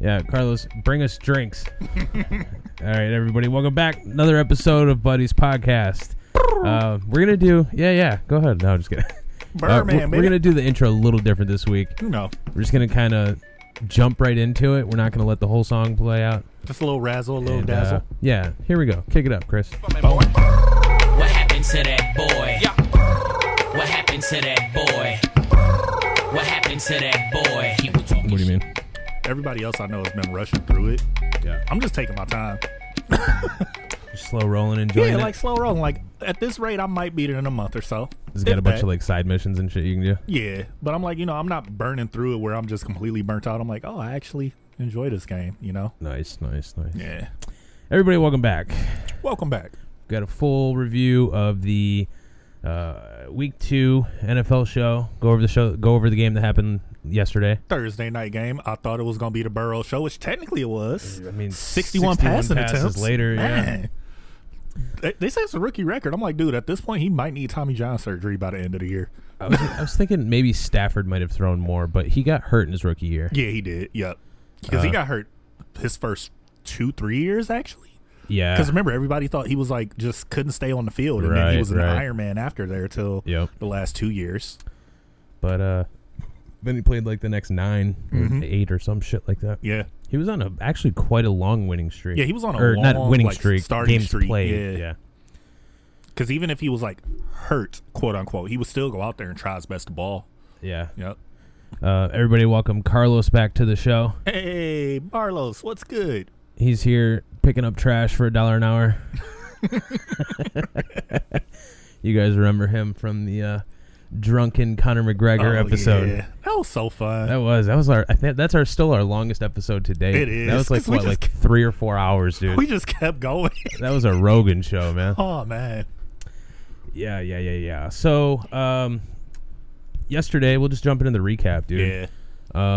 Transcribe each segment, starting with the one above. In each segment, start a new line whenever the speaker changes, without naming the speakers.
Yeah, Carlos, bring us drinks. All right, everybody, welcome back. Another episode of Buddy's Podcast. Uh, we're gonna do. Yeah, yeah. Go ahead. No, just kidding. Uh,
Birdman,
we're,
baby.
we're gonna do the intro a little different this week.
You know,
We're just gonna kind of jump right into it. We're not gonna let the whole song play out.
just a little razzle, a little
And, uh,
dazzle. Oh.
yeah, here we go. Kick it up, Chris.
What happened to that boy? What happened to that boy? What happened to that boy? He was talking
What do you mean?
Everybody else I know has been rushing through it.
Yeah,
I'm just taking my time.
slow rolling, enjoying
Yeah,
it.
like slow rolling. Like at this rate, I might beat it in a month or so.
It's got
If
a bunch
that.
of like side missions and shit you can do.
Yeah, but I'm like, you know, I'm not burning through it where I'm just completely burnt out. I'm like, oh, I actually enjoy this game. You know.
Nice, nice, nice.
Yeah.
Everybody, welcome back.
Welcome back.
got a full review of the uh, week two NFL show. Go over the show. Go over the game that happened yesterday.
Thursday night game. I thought it was gonna be the Burrow show, which technically it was.
I mean,
61, passing
passes
attempts
later. Yeah,
Man. They, they say it's a rookie record. I'm like, dude, at this point, he might need Tommy John surgery by the end of the year.
I was, I was thinking maybe Stafford might have thrown more, but he got hurt in his rookie year.
Yeah, he did. Yep. Because
Uh-huh.
he got hurt his first two, three years actually.
Yeah,
Because remember, everybody thought he was like just couldn't stay on the field, and then
Right,
he was an
right.
Iron Man after there till
Yep.
the last two years.
but uh, then he played like the next 9
Mm-hmm.
or eight or some shit like that.
Yeah,
He was on a actually quite a long winning streak.
Yeah, he was on a
or not
long,
winning
like,
streak,
starting
games
streak,
played.
yeah.
yeah.
because even if he was like hurt, quote unquote, he would still go out there and try his best to ball.
yeah.
Yep.
Uh, everybody, welcome Carlos back to the show.
Hey, Barlos, what's good?
he's here picking up trash for a dollar an hour. you guys remember him from the uh, drunken Conor McGregor
Oh,
episode?
yeah. That was so fun.
That was that was our I think that's our still our longest episode to date.
It
That was
is,
like
'cause we
what
just
like three or four hours, dude.
we just kept going.
that was a Rogan show, man.
oh man.
Yeah, yeah, yeah, yeah. So um, yesterday we'll just jump into the recap, dude.
Yeah.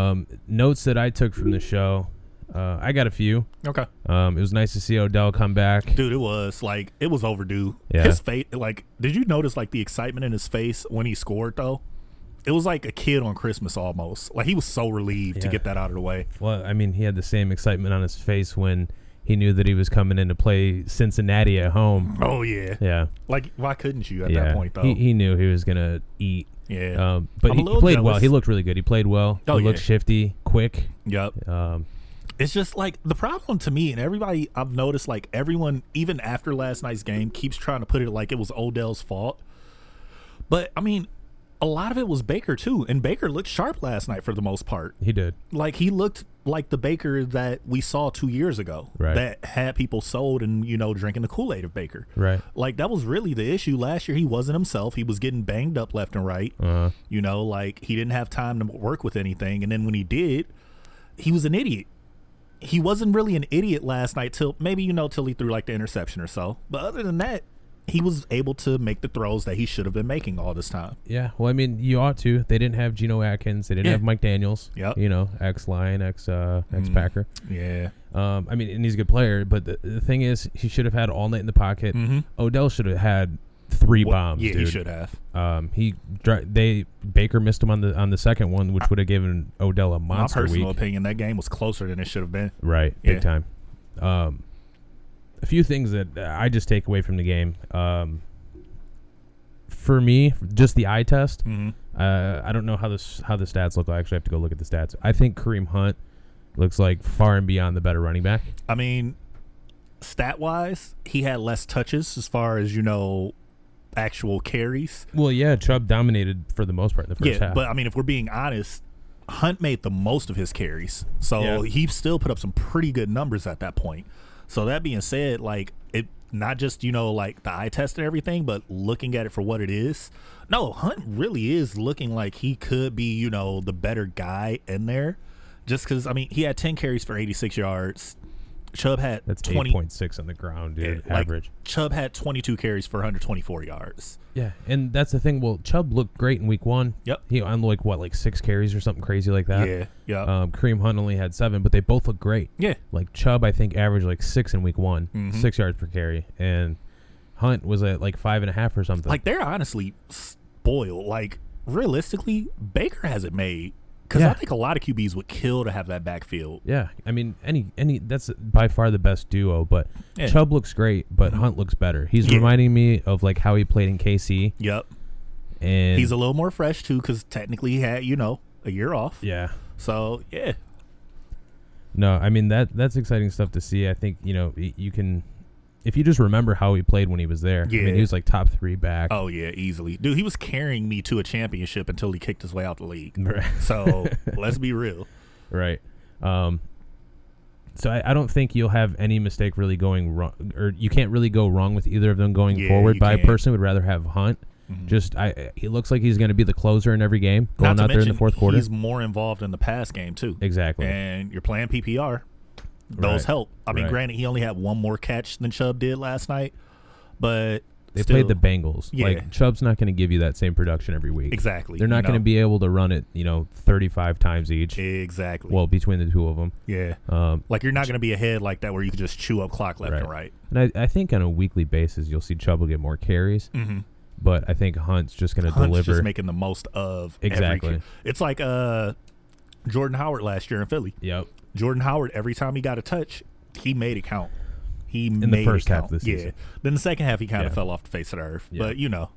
Um, notes that I took from the show. Uh, I got a few.
Okay.
Um, it was nice to see Odell come back.
Dude, it was like it was overdue.
Yeah.
His face, like, did you notice like the excitement in his face when he scored though? It was like a kid on Christmas almost. Like he was so relieved to
Yeah.
get that out of the way.
Well, I mean, he had the same excitement on his face when he knew that he was coming in to play Cincinnati at home.
Oh yeah.
Yeah,
Like why couldn't you at
yeah.
that point though?
He, he knew he was gonna eat.
yeah.
Um, but
I'm
he,
a
he
little
played well.
jealous.
He looked really good. He played well.
Oh,
he looked
yeah.
shifty, quick.
yep.
Um,
It's just like the problem to me and everybody I've noticed like everyone even after last night's game keeps trying to put it like it was Odell's fault. But I mean, a lot of it was Baker too, and Baker looked sharp last night for the most part.
he did.
like he looked like the baker that we saw two years ago
Right.
that had people sold and you know drinking the kool-aid of baker
Right.
like that was really the issue last year he wasn't himself he was getting banged up left and right
Uh,
you know like he didn't have time to work with anything and then when he did he was an idiot he wasn't really an idiot last night till maybe you know till he threw like the interception or so but other than that he was able to make the throws that he should have been making all this time
yeah. Well, I mean, you ought to. They didn't have Geno Atkins. They didn't
Yeah.
have Mike Daniels.
Yep. Hmm.
You know, ex Lion, ex uh, ex Packer.
yeah
Um, I mean, and he's a good player, but the, the thing is, he should have had all night in the pocket. Odell should have had three bombs.
Mm-hmm. yeah
dude.
he should have
Um, he dri- they Baker missed him on the on the second one, which would have given Odell a
my
monster week,
personal opinion that game was closer than it should have been
right?
Yeah.
Big time. Um, a few things that I just take away from the game. Um, for me, just the eye test.
Mm-hmm.
Uh, I don't know how this how the stats look. I actually have to go look at the stats. I think Kareem Hunt looks like far and beyond the better running back.
I mean, stat wise, he had less touches as far as you know, actual carries.
Well, yeah, Chubb dominated for the most part in the first
yeah,
half.
but I mean, if we're being honest, Hunt made the most of his carries,
Yeah.
so he still put up some pretty good numbers at that point. So that being said, like it, not just you know like the eye test and everything, but looking at it for what it is, no, Hunt really is looking like he could be you know the better guy in there. Just because I mean, he had ten carries for eighty six yards. Chubb had
That's eight
twenty
point six on the ground, dude.
Yeah, like,
average.
Chubb had 22 carries for 124 yards.
Yeah, and that's the thing. Well, Chubb looked great in week one.
Yep.
He on like what, like six carries or something crazy like that.
yeah,
Um, Kareem Hunt only had seven, but they both look great.
yeah.
Like Chubb, I think averaged like six in week one,
Mm-hmm.
six yards per carry, and Hunt was at like five and a half or something.
Like they're honestly spoiled. Like realistically, Baker hasn't made Because I
Yeah.
think a lot of QBs would kill to have that backfield.
Yeah, I mean, any any that's by far the best duo. But
Yeah. Mm-hmm.
Chubb looks great, but Hunt looks better. He's
Yeah.
reminding me of like how he played in KC,
Yep.
and
He's a little more fresh too, because technically he had you know a year off.
yeah.
So yeah,
No, I mean that that's exciting stuff to see. I think you know y- you can if you just remember how he played when he was there. I
Yeah.
mean, he was like top three back.
oh yeah, easily, dude. He was carrying me to a championship until he kicked his way out the league.
Right.
So let's be real.
Right. Um, so I, I don't think you'll have any mistake really going wrong, or you can't really go wrong with either of them going
Yeah,
forward.
you
But I
can't. Mm-hmm.
personally would rather have Hunt. Just I, he looks like he's going to be the closer in every game, going
Not to
out there in the
mention,
fourth quarter.
he's more involved in the pass game too.
Exactly.
And you're playing PPR. Those
Right.
help. I mean,
Right.
granted, he only had one more catch than Chubb did last night, but
They
still,
played the Bengals.
Yeah.
Like Chubb's not going to give you that same production every week.
exactly.
They're not
you
going to
know?
be able to run it, you know, 35 times each.
exactly.
Well, between the two of them.
yeah,
Um,
like you're not going to be ahead like that where you can just chew up clock left
Right.
and right.
and I, I think on a weekly basis, you'll see Chubb will get more carries,
Mm-hmm.
but I think Hunt's just going to
Hunt's
deliver.
just making the most of
Exactly.
Every, it's like uh, Jordan Howard last year in Philly.
yep.
Jordan Howard, every time he got a touch, he made it count. He
the
made it
first half of
count.
the season.
Yeah. Then the second half, he kind of
Yeah.
fell off the face of the earth.
Yeah.
But you know,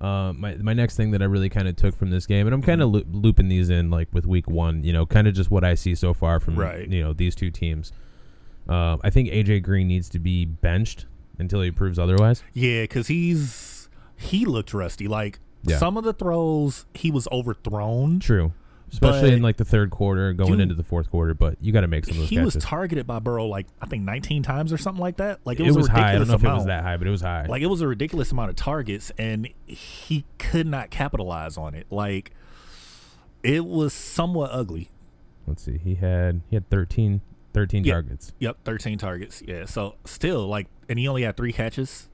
Uh, my my next thing that I really kind of took from this game, and I'm kind of
Mm-hmm.
loo- looping these in like with week one, you know, kind of just what I see so far from
Right.
you know these two teams. Uh, I think AJ Green needs to be benched until he proves otherwise.
yeah, because he's he looked rusty. Like
Yeah.
some of the throws, he was overthrown.
True, especially
But-
in like the third quarter, going
Dude.
into the fourth quarter. But you got to make some of those
He was
catches.
targeted by Burrow like I think 19 times or something like that. Like it
it
was,
was
a ridiculous
high. I don't know if
amount.
it was that high, but it was high.
Like it was a ridiculous amount of targets, and he could not capitalize on it. Like it was somewhat ugly.
Let's see, he had he had 13, 13
Yeah.
targets.
Yep, 13 targets. Yeah. So still like, and he only had three catches.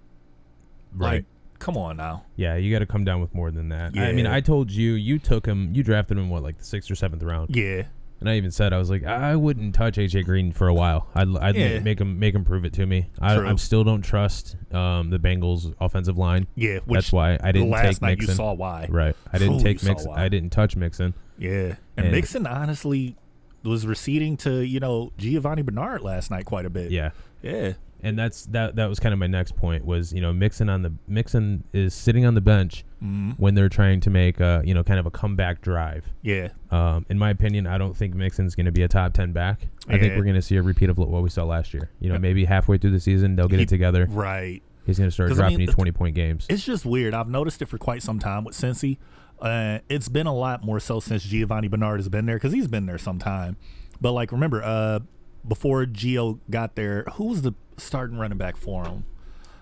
Right.
Like, come on now.
yeah, you got to come down with more than that. I mean,
Yeah.
I told you, you took him, you drafted him what like the sixth or seventh round.
Yeah.
And I even said I was like, I wouldn't touch AJ Green for a while. I'd, I'd
Yeah.
make him make him prove it to me. I,
True.
I still don't trust um, the Bengals offensive line.
Yeah. Which
That's why I didn't
last
take
night
Mixon.
you saw why.
Right, I didn't
Phew,
take
you saw
Mixon.
why.
I didn't touch Mixon.
Yeah. And,
And-
Mixon honestly was receding to you know Giovanni Bernard last night quite a bit.
Yeah,
Yeah.
and that's that. That was kind of my next point was you know Mixon on the Mixon is sitting on the bench
Mm-hmm.
when they're trying to make a you know kind of a comeback drive.
Yeah.
Um, in my opinion, I don't think Mixon's going to be a top ten back. I think
Yeah.
we're going to see a repeat of what we saw last year. You know, maybe halfway through the season they'll get
He-
it together.
Right.
He's going to start
'Cause, I
dropping
mean,
you twenty point games.
It's just weird. I've noticed it for quite some time with Cincy. Uh, it's been a lot more so since Giovanni Bernard has been there because he's been there some time. But like, remember, uh, before Gio got there, who was the starting running back for him?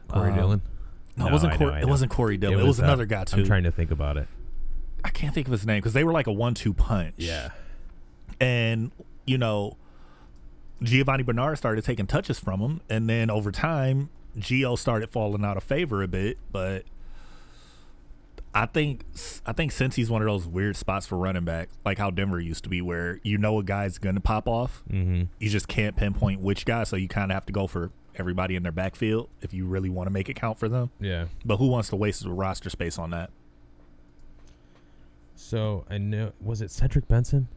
Corey
Um,
Dillon.
No, it
No,
wasn't.
I know,
Cor-
I
it
know.
wasn't Corey Dillon. It was,
uh,
another guy too.
I'm trying to think about it.
I can't think of his name because they were like a one-two punch. and you know, Giovanni Bernard started taking touches from him, and then over time, Gio started falling out of favor a bit. But I think I think since he's one of those weird spots for running back, like how Denver used to be, where you know a guy's going to pop off,
Mm-hmm.
you just can't pinpoint which guy, so you kind of have to go for everybody in their backfield if you really want to make it count for them.
Yeah.
But who wants to waste the roster space on that?
So I know was it Cedric Benson?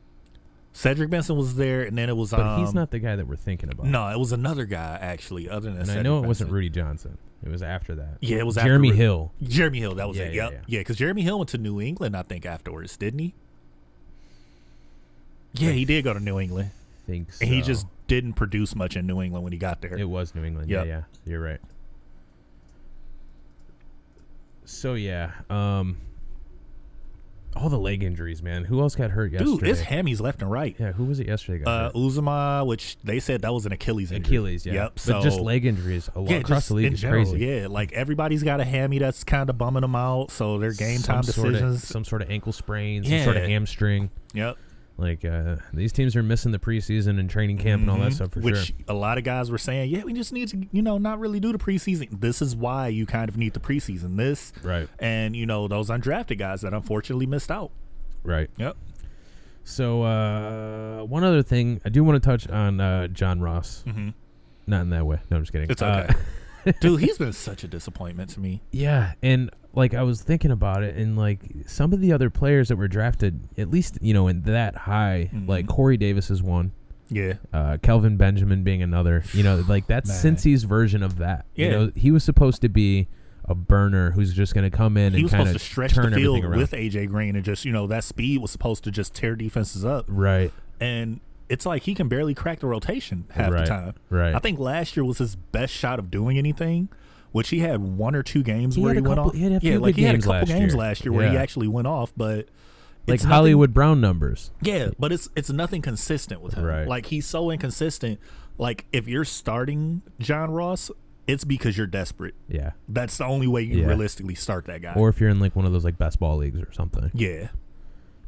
Cedric Benson was there, and then it was.
But
um,
he's not the guy that we're thinking about.
No, it was another guy actually. Other than
and I
Cedric
know it wasn't
Benson.
Rudy Johnson. It was after that.
Yeah, it was after
Jeremy
Rudy.
Hill.
Jeremy Hill. That was
Yeah,
it.
yeah,
Yep.
yeah.
Yeah, because Jeremy Hill went to New England, I think, afterwards, didn't he? Yeah, he did go to New England,
Thinks
and he just didn't produce much in New England when he got there.
it was New England.
Yep.
Yeah, yeah, you're right. So yeah, um, all the leg injuries, man. Who else got hurt yesterday?
Dude, it's hammies left and right.
yeah, who was it yesterday? Got
Uh,
hurt?
Uzuma, which they said that was an Achilles injury.
Achilles. Yeah.
Yep.
But
so
just leg injuries a lot
yeah,
across
just
the league
in
is
general,
crazy.
Yeah, like everybody's got a hammy that's kind of bumming them out. So their game
Some
time
sort of-
decisions.
some sort of ankle sprain, some sort of
Yeah.
hamstring.
yep.
Like uh, these teams are missing the preseason and training camp and all that
Mhm.
stuff for
Which
sure.
a lot of guys were saying, yeah, we just need to, you know, not really do the preseason. This is why you kind of need the preseason. This
Right.
and you know those undrafted guys that unfortunately missed out.
Right.
Yep.
So uh, one other thing, I do want to touch on uh, John Ross. Mm-hmm. Not in that way. No, I'm just kidding.
It's
Uh,
okay. Dude, he's been such a disappointment to me.
yeah, and like I was thinking about it, and like some of the other players that were drafted, at least you know in that high,
Mm-hmm.
like Corey Davis is one,
Yeah.
uh, Kelvin Benjamin being another. You know, like that's
Man.
Cincy's version of that.
Yeah.
You know, he was supposed to be a burner who's just going to come in
He
and
was
kind
supposed to
of
stretch
turn
the field
everything around.
with AJ Green and just, you know, that speed was supposed to just tear defenses up.
right,
And it's like he can barely crack the rotation half
Right,
the time.
right.
I think last year was his best shot of doing anything, which he had one or two games
He
where
had
he
a
went
couple-
off.
he had a
yeah,
few
like
good
he had a
games
couple
last
games
year.
last year where he
Yeah.
actually went off, but
like
it's nothing-
Hollywood Brown numbers.
yeah, but it's it's nothing consistent with him.
Right.
Like he's so inconsistent. Like if you're starting John Ross, it's because you're desperate.
Yeah.
That's the only way you
Yeah.
realistically start that guy.
Or if you're in like one of those like best ball leagues or something.
yeah,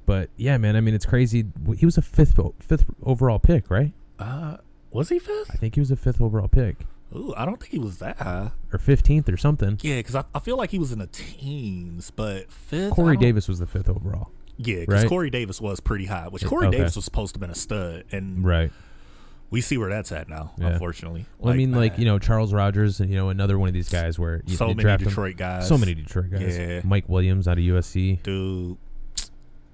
But yeah, man, I mean it's crazy. W- He was a fifth o- fifth overall pick, right?
uh, was he
I
fifth?
think he was a fifth overall pick
Ooh, I don't think he was that high.
or 15th or something.
Yeah, because I, I feel like he was in the teens, but fifth. I
Corey
don't-
Davis was the fifth overall.
Yeah, because
right?
Corey Davis was pretty high, which
Yeah,
Corey
okay.
Davis was supposed to have been a stud, and
Right.
we see where that's at now.
Yeah.
Unfortunately,
Well, I mean, like
man,
you know, Charles Rogers, and you know, another one of these guys where you,
so
you
many
draft him-
Detroit guys,
so many Detroit guys.
Yeah.
Mike Williams out of USC.
dude.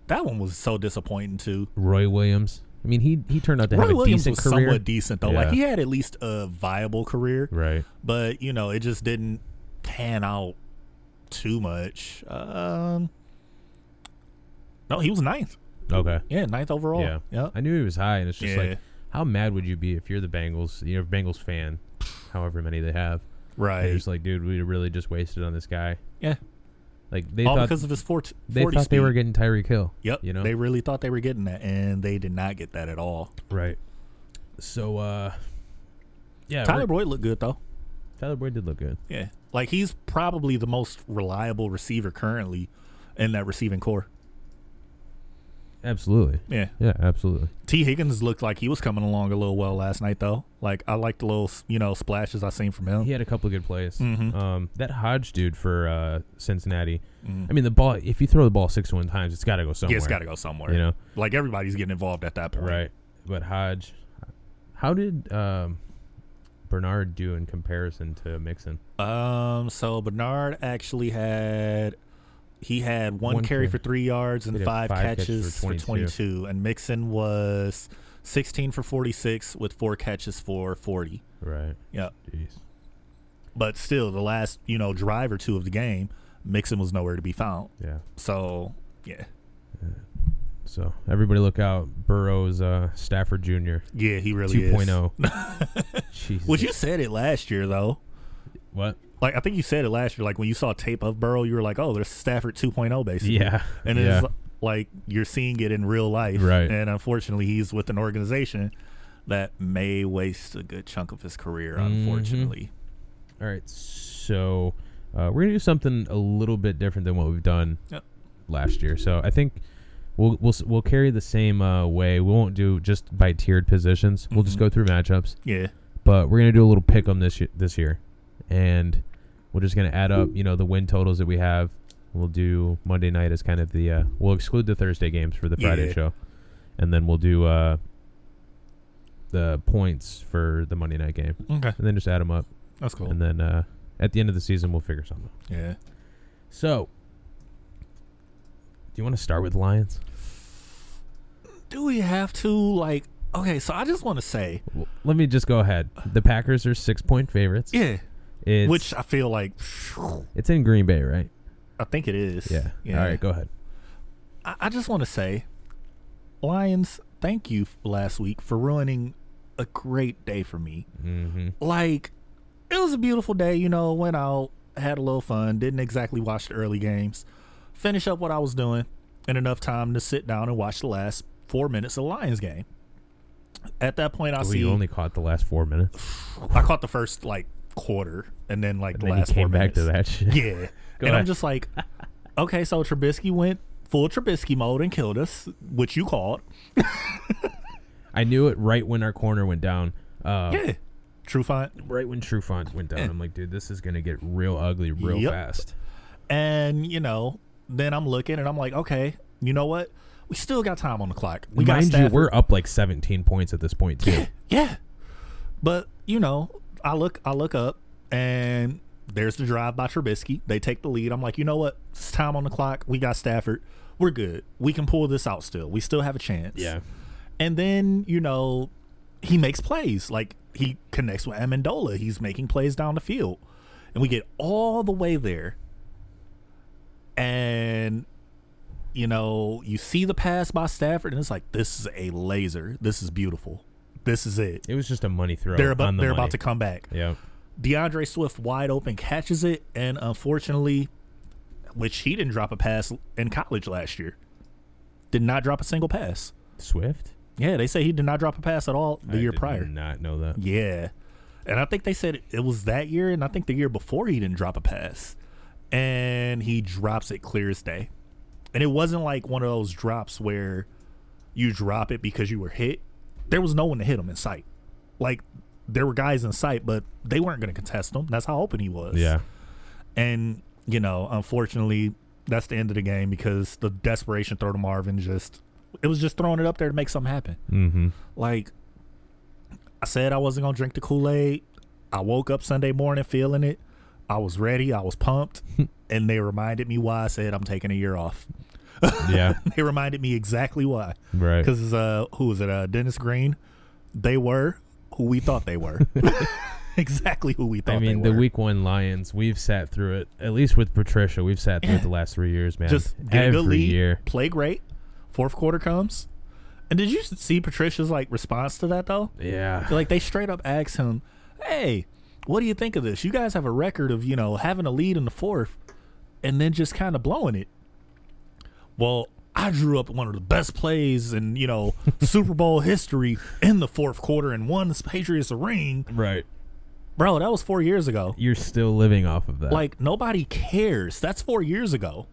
That one was so disappointing too.
Roy Williams. I mean, he he turned out to have
Roy
a
Williams
decent
was
career.
somewhat decent though. Like
Yeah.
he had at least a viable career,
right.
but you know it just didn't pan out too much. Um, no, he was ninth.
Okay.
Yeah, ninth overall.
Yeah.
Yeah,
I knew he was high, and it's just
Yeah.
like, how mad would you be if you're the Bengals? You're a Bengals fan, however many they have.
right.
They're just like, dude, we really just wasted on this guy.
yeah,
Like they
all
thought
because of his 40,
they
40
thought
speed.
they were getting Tyreek Hill.
Yep.
You know.
they really thought they were getting that, and they did not get that at all.
right. So, uh, yeah,
Tyler
we're-
Boyd looked good though.
Tyler Boyd did look good.
Yeah, like he's probably the most reliable receiver currently in that receiving core.
Absolutely.
Yeah,
Yeah, absolutely.
T Higgins looked like he was coming along a little well last night though. Like I liked the little you know splashes I seen from him.
He had a couple of good plays.
Mhm.
Um, that Hodge dude for uh, Cincinnati. I mean, the ball. If you throw the ball sixty-one times, it's got to go somewhere.
Mm-hmm. Yeah, it's got to go somewhere.
You know.
like everybody's getting involved at that point.
Right. But Hodge, how did um, Bernard do in comparison to Mixon?
Um. So Bernard actually had he had one,
One
carry
carry.
for three yards and
He had
five,
five catches
catches
for
for 22.
22,
and Mixon was sixteen for forty six with four catches for forty.
Right.
Yeah,
Jeez.
but still, the last you know drive or two of the game, Mixon was nowhere to be found.
Yeah.
So yeah,
So everybody look out. Burrow's uh, Stafford Jr.
yeah, he really is.
2.0. oh. Jesus.
Well, you said it last year though.
What?
Like I think you said it last year. Like when you saw tape of Burrow, you were like, "Oh, there's Stafford 2.0 basically."
Yeah.
and
yeah.
it's like you're seeing it in real life,
Right.
And unfortunately, he's with an organization that may waste a good chunk of his career.
Mm-hmm.
Unfortunately,
All right, so uh, we're gonna do something a little bit different than what we've done
Yep.
last year. So I think we'll we'll s- we'll carry the same uh, way. We won't do just by tiered positions. We'll
Mm-hmm.
just go through matchups,
yeah,
but we're gonna do a little pick 'em this y- this year, and we're just gonna add up you know the win totals that we have. We'll do Monday night as kind of the uh, we'll exclude the Thursday games for the Friday
Yeah.
show, and then we'll do uh, the points for the Monday night game,
okay,
and then just add them up
that's cool.
and then uh, at the end of the season we'll figure something. out.
Yeah,
So, do you want to start with Lions?
do we have to like? Okay, so I just want to say,
W let me just go ahead. The Packers are six point favorites.
yeah,
It's,
which I feel like
it's in Green Bay, right?
I think it is.
Yeah. All right, go ahead.
I, I just want to say, Lions, thank you f- last week for ruining a great day for me.
Mm-hmm.
like it was a beautiful day you know went out had a little fun didn't exactly watch the early games finish up what i was doing and enough time to sit down and watch the last four minutes of the lions game at that point i see
We only caught the last four minutes,
i caught the first like quarter and then like
and
the
then you
last four
came back
minutes
to that shit.
yeah and i'm
ahead.
just like okay so trubisky went full trubisky mode and killed us which you called
I knew it right when our corner went down. Uh,
yeah true fine
Right when Trufant went down, I'm like, dude, this is gonna get real ugly real
Yep.
fast.
And, you know, then I'm looking and I'm like, okay, you know what? We still got time on the clock. We got
Mind you,
Stafford.
we're up like 17 points at this point too.
yeah. But, you know, I look I look up and There's the drive by Trubisky. They take the lead. I'm like, you know what? It's time on the clock. We got Stafford. We're good. We can pull this out still. We still have a chance.
Yeah.
And then, you know, he makes plays. Like he connects with Amendola. He's making plays down the field. And we get all the way there. And you know, you see the pass by Stafford and it's like this is a laser. This is beautiful. This is it.
It was just a money throw.
They're about
on the
they're
money.
about to come back.
Yeah.
DeAndre Swift wide open catches it and unfortunately which he didn't drop a pass in college last year. Did not drop a single pass.
Swift.
Yeah, they say he did not drop a pass at all the
I
year
did
prior.
Not know that.
Yeah. And I think they said it, it was that year, and I think the year before he didn't drop a pass. And he drops it clear as day. And it wasn't like one of those drops where you drop it because you were hit. There was no one to hit him in sight. Like, there were guys in sight, but they weren't going to contest him. That's how open he was.
Yeah.
And, you know, unfortunately, that's the end of the game because the desperation throw to Marvin just, it was just throwing it up there to make something happen.
Mm-hmm.
Like I said, I wasn't gonna drink the Kool Aid. I woke up Sunday morning feeling it. I was ready. I was pumped, and they reminded me why I said I'm taking a year off.
Yeah.
They reminded me exactly why.
right.
Because uh, who was it? Uh, Dennis Green. They were who we thought they were. exactly who we thought.
I mean,
they
the
were.
week one Lions, we've sat through it. At least with Patricia, we've sat through it the last three years, man.
just get
every
a good lead,
year.
play great. Fourth quarter comes, and did you see Patricia's like response to that though?
Yeah.
like they straight up asked him, "Hey, what do you think of this? You guys have a record of you know having a lead in the fourth, and then just kind of blowing it." Well, I drew up one of the best plays in you know Super Bowl history in the fourth quarter and won the Patriots a ring,
Right.
bro. That was four years ago.
You're still living off of that.
Like nobody cares. That's four years ago.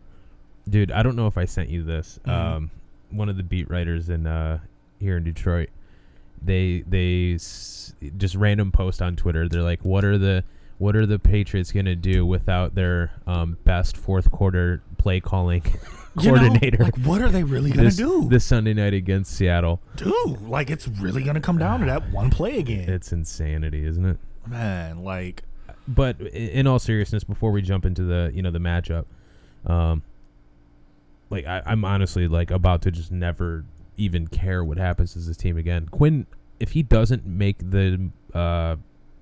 dude i don't know if i sent you this
Mm-hmm.
um, one of the beat writers in uh, here in detroit they they s- just random post on twitter they're like what are the what are the patriots going to do without their um, best fourth quarter play calling
You know,
coordinator
like what are they really gonna
this,
do?
this sunday night against seattle
Dude, like it's really gonna come down to that one play again,
it's insanity isn't it
man. Like
but i- in all seriousness, before we jump into the you know the matchup, um, like I, I'm honestly like about to just never even care what happens to this team again. Quinn, if he doesn't make the uh,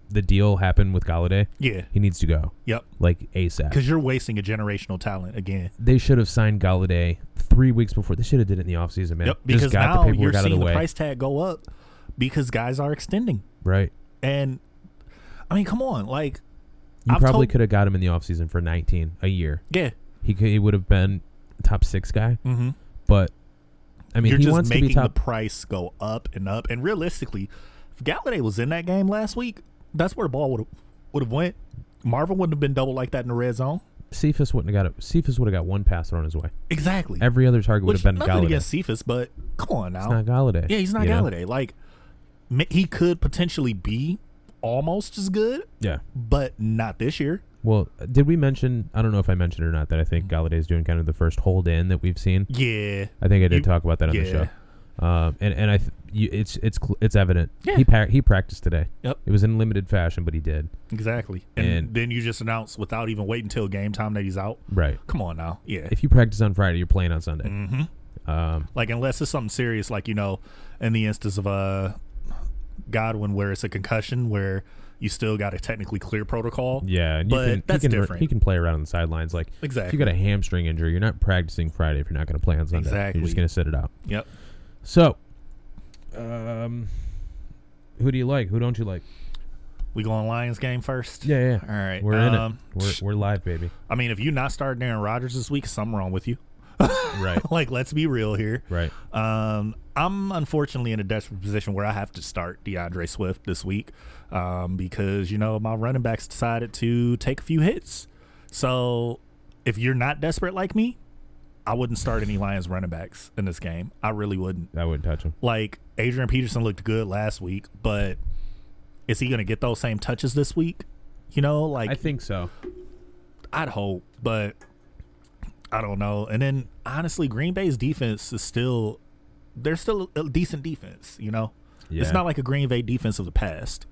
the deal happen with Galladay,
yeah,
he needs to go
yep.
like ASAP.
Because you're wasting a generational talent again.
They should have signed Galladay three weeks before. They should have did it in the offseason, man.
Yep.
Just
Because
got
now
the
you're
paperwork out of
seeing
the
the,
way,
price tag go up because guys are extending.
right?
And I mean, come on, like
You
I've
probably
told-
could have got him in the offseason for 19 a year.
yeah,
He could, he would have been top six guy,
mm-hmm.
but. I mean,
you're
he
just
wants to
making
be top
the price go up and up. And realistically, if Galladay was in that game last week, that's where the ball would have would have went. Marvin wouldn't have been double like that in the red zone.
Cephas wouldn't have got it. Cephas would have got one pass thrown his way.
Exactly.
Every other target would
Which
have been
nothing
Galladay.
against Cephas, but come on
It's
now,
not Galladay.
yeah, he's not
you know?
Galladay. Like ma- he could potentially be almost as good,
Yeah.
but not this year.
Well, did we mention? I don't know if I mentioned or not that I think Galladay is doing kind of the first hold in that we've seen.
Yeah,
I think I did
You-
talk about that on the
yeah.
show. Um, and and I, th- you, it's it's cl- it's evident.
Yeah.
He par- he practiced today.
Yep.
It was in limited fashion, but he did.
Exactly. And,
And-
then you just announce without even waiting till game time that he's out.
Right.
Come on now. Yeah.
If you practice on Friday, you're playing on Sunday.
hmm
Um,
Like, unless it's something serious, like, you know, in the instance of uh, Godwin where it's a concussion where you still got a technically clear protocol.
yeah, and you
But
can,
that's
he can,
different.
He can play around on the sidelines. Like if
Exactly.
you got a hamstring injury, you're not practicing Friday if you're not going to play on Sunday. You're
Exactly.
just going to sit it out.
Yep.
So, um, who do you like? Who don't you like?
We go on Lions game first.
Yeah,
All right.
We're
Um,
in it. We're, we're live, baby.
I mean, if you not starting Aaron Rodgers this week, something wrong with you.
Right,
like, let's be real here.
right.
Um, I'm unfortunately in a desperate position where I have to start DeAndre Swift this week um, because, you know, my running backs decided to take a few hits. So if you're not desperate like me, I wouldn't start any Lions running backs in this game. I really wouldn't.
I wouldn't touch him.
Like, Adrian Peterson looked good last week, but is he going to get those same touches this week? You know, like,
I think so.
I'd hope, but I don't know. And then honestly, Green Bay's defense is still they're still a decent defense, you know.
Yeah.
It's not like a Green Bay defense of the past.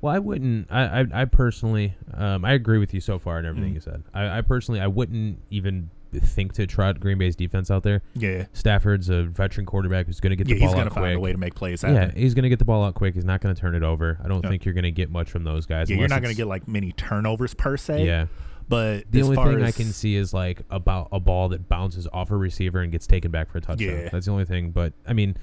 Well, I wouldn't. I, I, I personally, um, I agree with you so far in everything
Mhm.
you said. I, I personally, I wouldn't even think to trot Green Bay's defense out there.
Yeah,
Stafford's a veteran quarterback who's going to get
yeah,
the ball
he's
out
gonna
quick.
find a way to make plays. Happen.
yeah,
Yeah,
he's going to get the ball out quick. He's not going to turn it over. I don't
Yeah.
think you're going to get much from those guys.
you're
unless
not gonna
it's-
get like many turnovers per se.
Yeah,
but
the
as
only
far
thing
as,
I can see is like about a ball that bounces off a receiver and gets taken back for a touchdown.
Yeah.
That's the only thing. But I mean,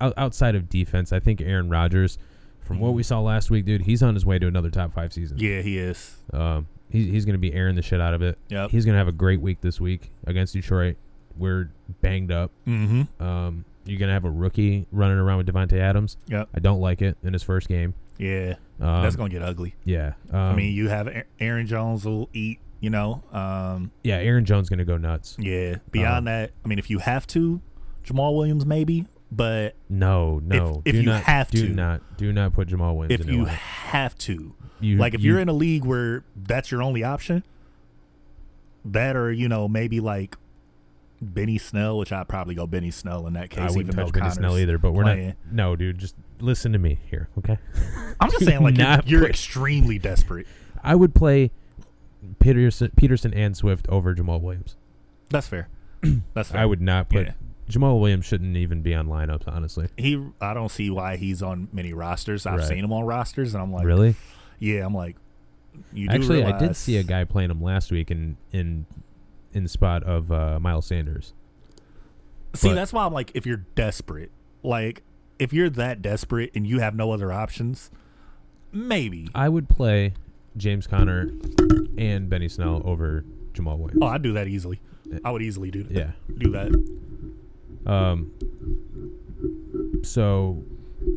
out- outside of defense, I think Aaron Rodgers, from what we saw last week, dude, he's on his way to another top five season.
Mm-hmm. Yeah, he is.
Um, he's he's going to be airing the shit out of it.
Yep.
He's going to have a great week this week against Detroit. We're banged up.
Mm-hmm.
Um, you're going to have a rookie running around with Devontae Adams.
Yep.
I don't like it in his first game.
Yeah,
Um,
that's gonna get ugly.
yeah. Um,
I mean, you have A- Aaron Jones will eat. You know, um,
yeah. Aaron Jones going to go nuts.
yeah. Beyond
Um,
that, I mean, if you have to, Jamal Williams maybe, but
No, no.
if
do
you
not,
have
do
to.
not, do not put Jamal Williams.
if
in
you
lineup.
have to,
You-
like if
you-
you, are in a league where that's your only option, that or you know maybe like Benny Snell, which I'd probably go Benny Snell in that
I
case.
wouldn't touch
even though
Benny
Connor's
Snell either. But we're
playing.
not. No, dude. Just listen to me here, okay?
I'm just saying, like you're,
Not
you're
put-
extremely desperate.
I would play Peterson, Peterson and Swift over Jamal Williams.
That's fair. That's fair.
I would not put
Yeah.
Jamal Williams shouldn't even be on lineups, honestly.
He, I don't see why he's on many rosters. I've
Right.
seen him on rosters, and I'm like,
really?
Yeah, I'm like, you do
Actually, I did
realize-
see a guy playing him last week in in in spot of uh, Miles Sanders.
See,
but-
that's why I'm like, if you're desperate, like if you're that desperate and you have no other options, maybe.
I would play James Conner and Benny Snell over Jamal Williams.
oh, I'd do that easily. I would easily do that.
Yeah.
do that.
Um. So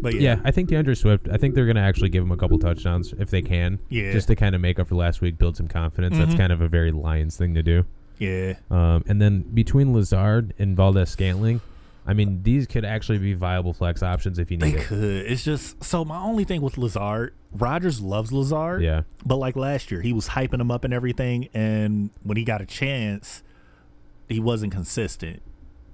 But yeah,
yeah. I think DeAndre Swift. I think they're gonna actually give him a couple touchdowns if they can.
Yeah. Mm-hmm.
Just to kind of make up for last week, build some confidence. That's kind of a very Lions thing to do.
yeah,
Um, and then between Lazard and Valdez Scantling, I mean, these could actually be viable flex options if you
they
need it.
could. It's just so. My only thing with Lazard, Rogers loves Lazard.
Yeah.
But like last year, he was hyping him up and everything, and when he got a chance, he wasn't consistent.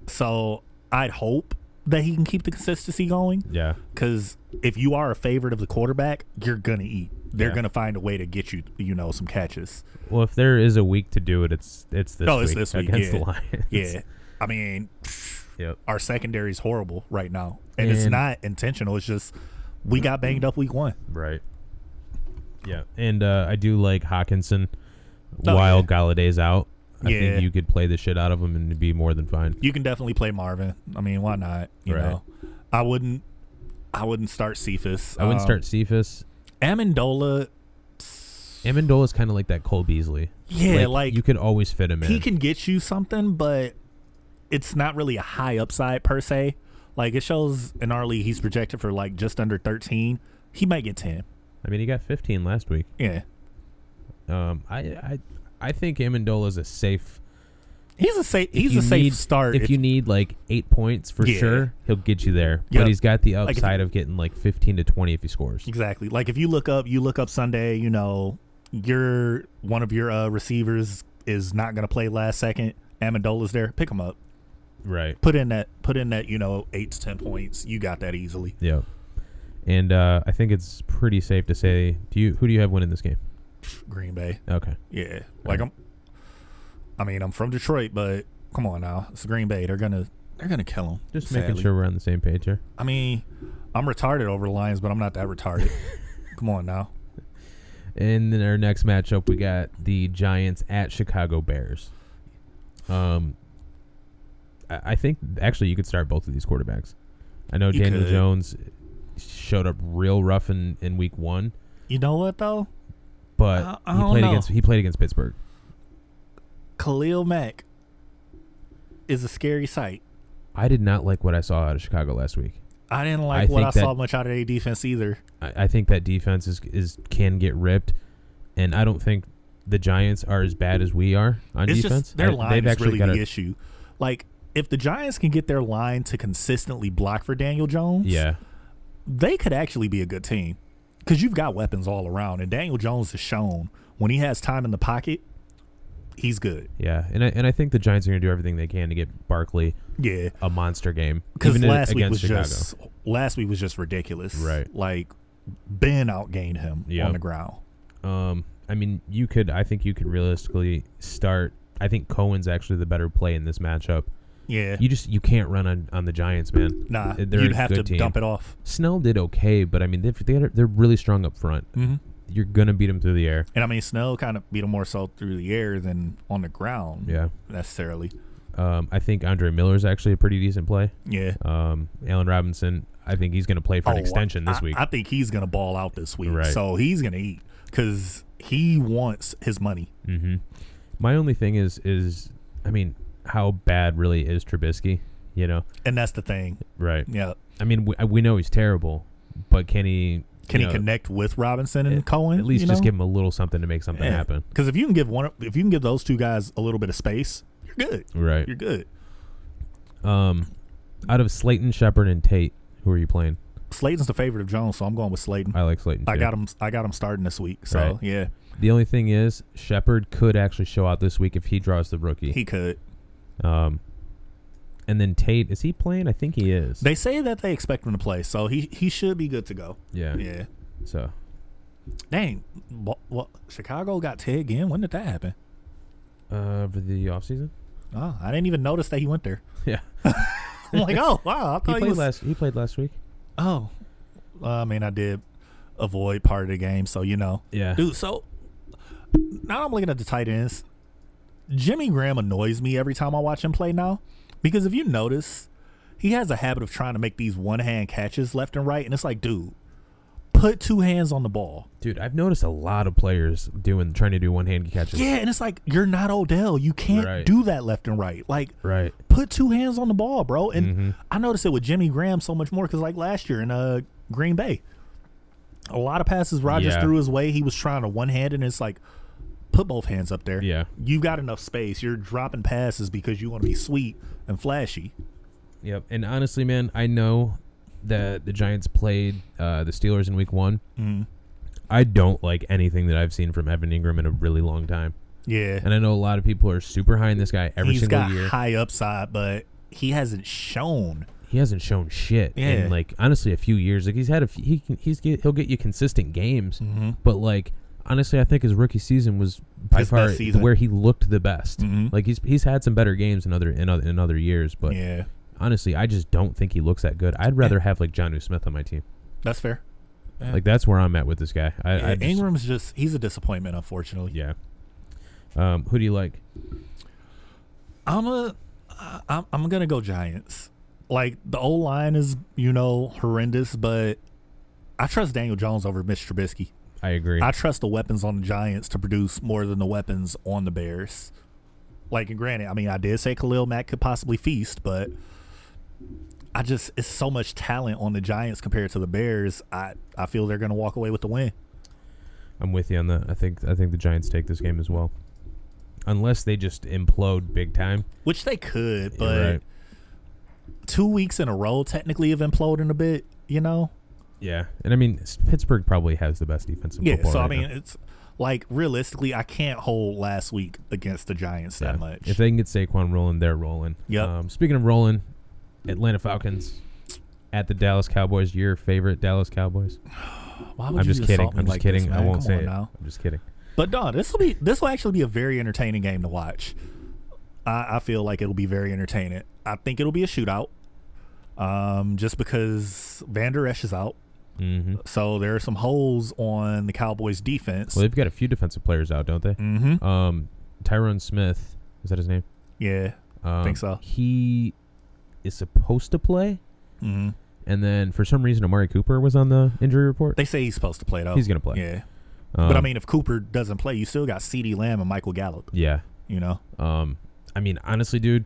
So I'd hope that he can keep the consistency going.
Yeah.
Because if you are a favorite of the quarterback, you're gonna eat. They're
Yeah.
gonna find a way to get you, you know, some catches.
Well, if there is a week to do it, it's it's this
No,
week
Oh, it's this week,
against the
yeah.
Lions.
Yeah, I mean,
Yep.
our secondary is horrible right now, and, it's
And-
not intentional. It's just we got banged up week one.
Right. Yeah, and uh, I do like Hawkinson.
Oh,
while
yeah.
Galladay's out, I
Yeah.
think you could play the shit out of him and it'd be more than fine.
You can definitely play Marvin. I mean, why not? You
Right.
know, I wouldn't. I wouldn't start Cephas.
I wouldn't
Um,
start Cephas.
Amendola.
Amendola's kind of like that Cole Beasley.
Yeah, like,
you could always fit him in.
he can get you something, but it's not really a high upside per se. Like it shows in our league, he's projected for like just under thirteen. He might get ten.
I mean, he got 15 last week.
Yeah,
Um, I I I think Amendola's a safe.
he's a safe.
if
He's
you
a safe
need-
start.
If, you need like eight points for
Yeah.
sure, he'll get you there.
Yep.
But he's got the
if-
upside of getting like 15 to 20 if he scores.
exactly like if you look up, you look up Sunday. You know, your one of your uh, receivers is not going to play last second. Amendola's there. Pick him up.
Right.
Put in that. Put in that. You know, eight to ten points. You got that easily.
Yeah. And uh, I think it's pretty safe to say, do you who do you have winning this game?
Green Bay.
Okay.
Yeah, like I'm. I mean, I'm from Detroit, but come on now, it's Green Bay. They're gonna they're gonna kill them.
Just making sure we're on the same page here.
I mean, I'm retarded over the Lions, but I'm not that retarded. come on now.
And then our next matchup, we got the Giants at Chicago Bears. Um, I I think actually you could start both of these quarterbacks. I know
You
Daniel
could.
Jones showed up real rough in, in Week One,
You know what though,
but
I- I
he
don't
played
know.
against he played against Pittsburgh.
Khalil Mack is a scary sight.
I did not like what I saw out of Chicago last week.
I didn't like what I
think that-
saw much out of their defense either.
I, I think that defense is is can get ripped, and I don't think the Giants are as bad as we are on
It's
defense.
just their
I-
line is really
got
the
a-
issue. Like if the Giants can get their line to consistently block for Daniel Jones,
yeah,
they could actually be a good team because you've got weapons all around. And Daniel Jones has shown when he has time in the pocket, he's good.
yeah, and I and I think the Giants are going to do everything they can to get Barkley.
Yeah,
a monster game
because
even i-
last week
against
was
Chicago.
just last week was just ridiculous.
Right.
like Ben outgained him
Yep.
on the ground.
Um, I mean, you could. I think you could realistically start. I think Cohen's actually the better play in this matchup.
Yeah,
You just you can't run on, on the Giants, man.
nah,
They're
you'd
a
have
good
to
team.
dump it off.
Snell did okay, but I mean, they've- they're they're really strong up front.
Mm-hmm.
You're gonna beat them through the air.
And I mean, Snell kind of beat him more so through the air than on the ground
Yeah.
necessarily.
Um, I think Andre Miller's actually a pretty decent play.
Yeah.
Um, Allen Robinson, I think he's gonna play for an
Oh,
extension this
I-
week.
I think he's gonna ball out this week,
Right.
so he's gonna eat because he wants his money.
hmm My only thing is is I mean, how bad really is Trubisky? You know,
And that's the thing.
right?
Yeah.
I mean, we, we know he's terrible, but can he
Can
you
he
know,
connect with Robinson and
at-
Cohen?
At least just give him a little something to make something happen.
Because if you can give one, of- if you can give those two guys a little bit of space, you're good.
Right.
You're good.
Um, out of Slayton, Shepard, and Tate, who are you playing?
Slayton's the favorite of Jones, so I'm going with Slayton.
I like Slayton.
I
too.
got him. I got him starting this week. So
Right.
yeah,
The only thing is, Shepard could actually show out this week if he draws the rookie.
he could.
um, and then Tate, is he playing? I think he is.
They say that they expect him to play, so he he should be good to go.
yeah.
Yeah.
So
Dang. What? what Chicago got Ted Ginn. When did that happen?
uh, for the offseason?
Oh, I didn't even notice that he went there.
Yeah.
I'm like, oh wow, I
He
thought he
played
was.
last. He played last week.
Oh, Well, I mean, I did avoid part of the game, so you know,
Yeah.
dude. So now I'm looking at the tight ends. Jimmy Graham annoys me every time I watch him play now, because if you notice, he has a habit of trying to make these one hand catches left and right, and it's like, dude, put two hands on the ball.
Dude, I've noticed a lot of players doing trying to do one hand catches.
Yeah, and it's like you're not Odell. You can't
Right.
do that left and right. Like
Right.
put two hands on the ball, bro. And
Mm-hmm.
I noticed it with Jimmy Graham so much more because, like last year in uh, Green Bay, a lot of passes Rogers
Yeah.
threw his way. He was trying to one hand, and it's like, put both hands up there.
Yeah.
you've got enough space. You're dropping passes because you want to be sweet and flashy.
Yep. And honestly, man, I know that the Giants played uh, the Steelers in Week One.
Mm-hmm.
I don't like anything that I've seen from Evan Ingram in a really long time,
Yeah,
and I know a lot of people are super high on this guy every
he's
single
got
year.
high upside, but he hasn't shown.
He hasn't shown shit
Yeah.
in like honestly a few years. Like he's had a few, he can, he's get, he'll get you consistent games, but like honestly, I think his rookie season was by
Mm-hmm. His
far
best season. Mm-hmm.
where he looked the best. Like he's he's had some better games in other in other, in other years, but
Yeah,
honestly, I just don't think he looks that good. I'd rather have like John Smith on my team.
that's fair.
Like that's where I'm at with this guy. I,
Yeah,
I just,
Ingram's just—he's a disappointment, unfortunately.
yeah. Um, who do you like?
I'm a, I- I'm I'm gonna go Giants. Like the O line is you know horrendous, but I trust Daniel Jones over Mitch Trubisky.
I agree.
I trust the weapons on the Giants to produce more than the weapons on the Bears. Like and granted, I mean I did say Khalil Mack could possibly feast, but I just it's so much talent on the Giants compared to the Bears. I I feel they're gonna walk away with the win.
I'm with you on that. I think I think the Giants take this game as well, unless they just implode big time.
Which they could,
You're
but
right.
two weeks in a row technically have imploded a bit, you know?
yeah, and I mean s- Pittsburgh probably has the best defense in
Yeah,
football.
so I
right now.
mean, it's like realistically, I can't hold last week against the Giants
Yeah.
that much.
If they can get Saquon rolling, they're rolling.
Yep.
Um, speaking of rolling, Atlanta Falcons at the Dallas Cowboys. Your favorite Dallas Cowboys?
Why
I'm just kidding.
assault me
I'm just
like
kidding.
this,
I
man?
won't
Come
say
on
it.
now.
I'm just kidding.
But no, this will be this will actually be a very entertaining game to watch. I, I feel like it'll be very entertaining. I think it'll be a shootout, um, just because Van Der Esch is out,
hmm
so there are some holes on the Cowboys' defense.
Well, they've got a few defensive players out, don't they?
mm-hmm.
Um, Tyrone Smith is that his name?
Yeah.
Um,
Think so.
He is supposed to play,
hmm
and then for some reason Amari Cooper was on the injury report.
They say he's supposed to play though.
He's gonna play.
Yeah.
Um,
but I mean, if Cooper doesn't play, you still got C.D. Lamb and Michael Gallup.
yeah.
You know.
Um, I mean, honestly, dude,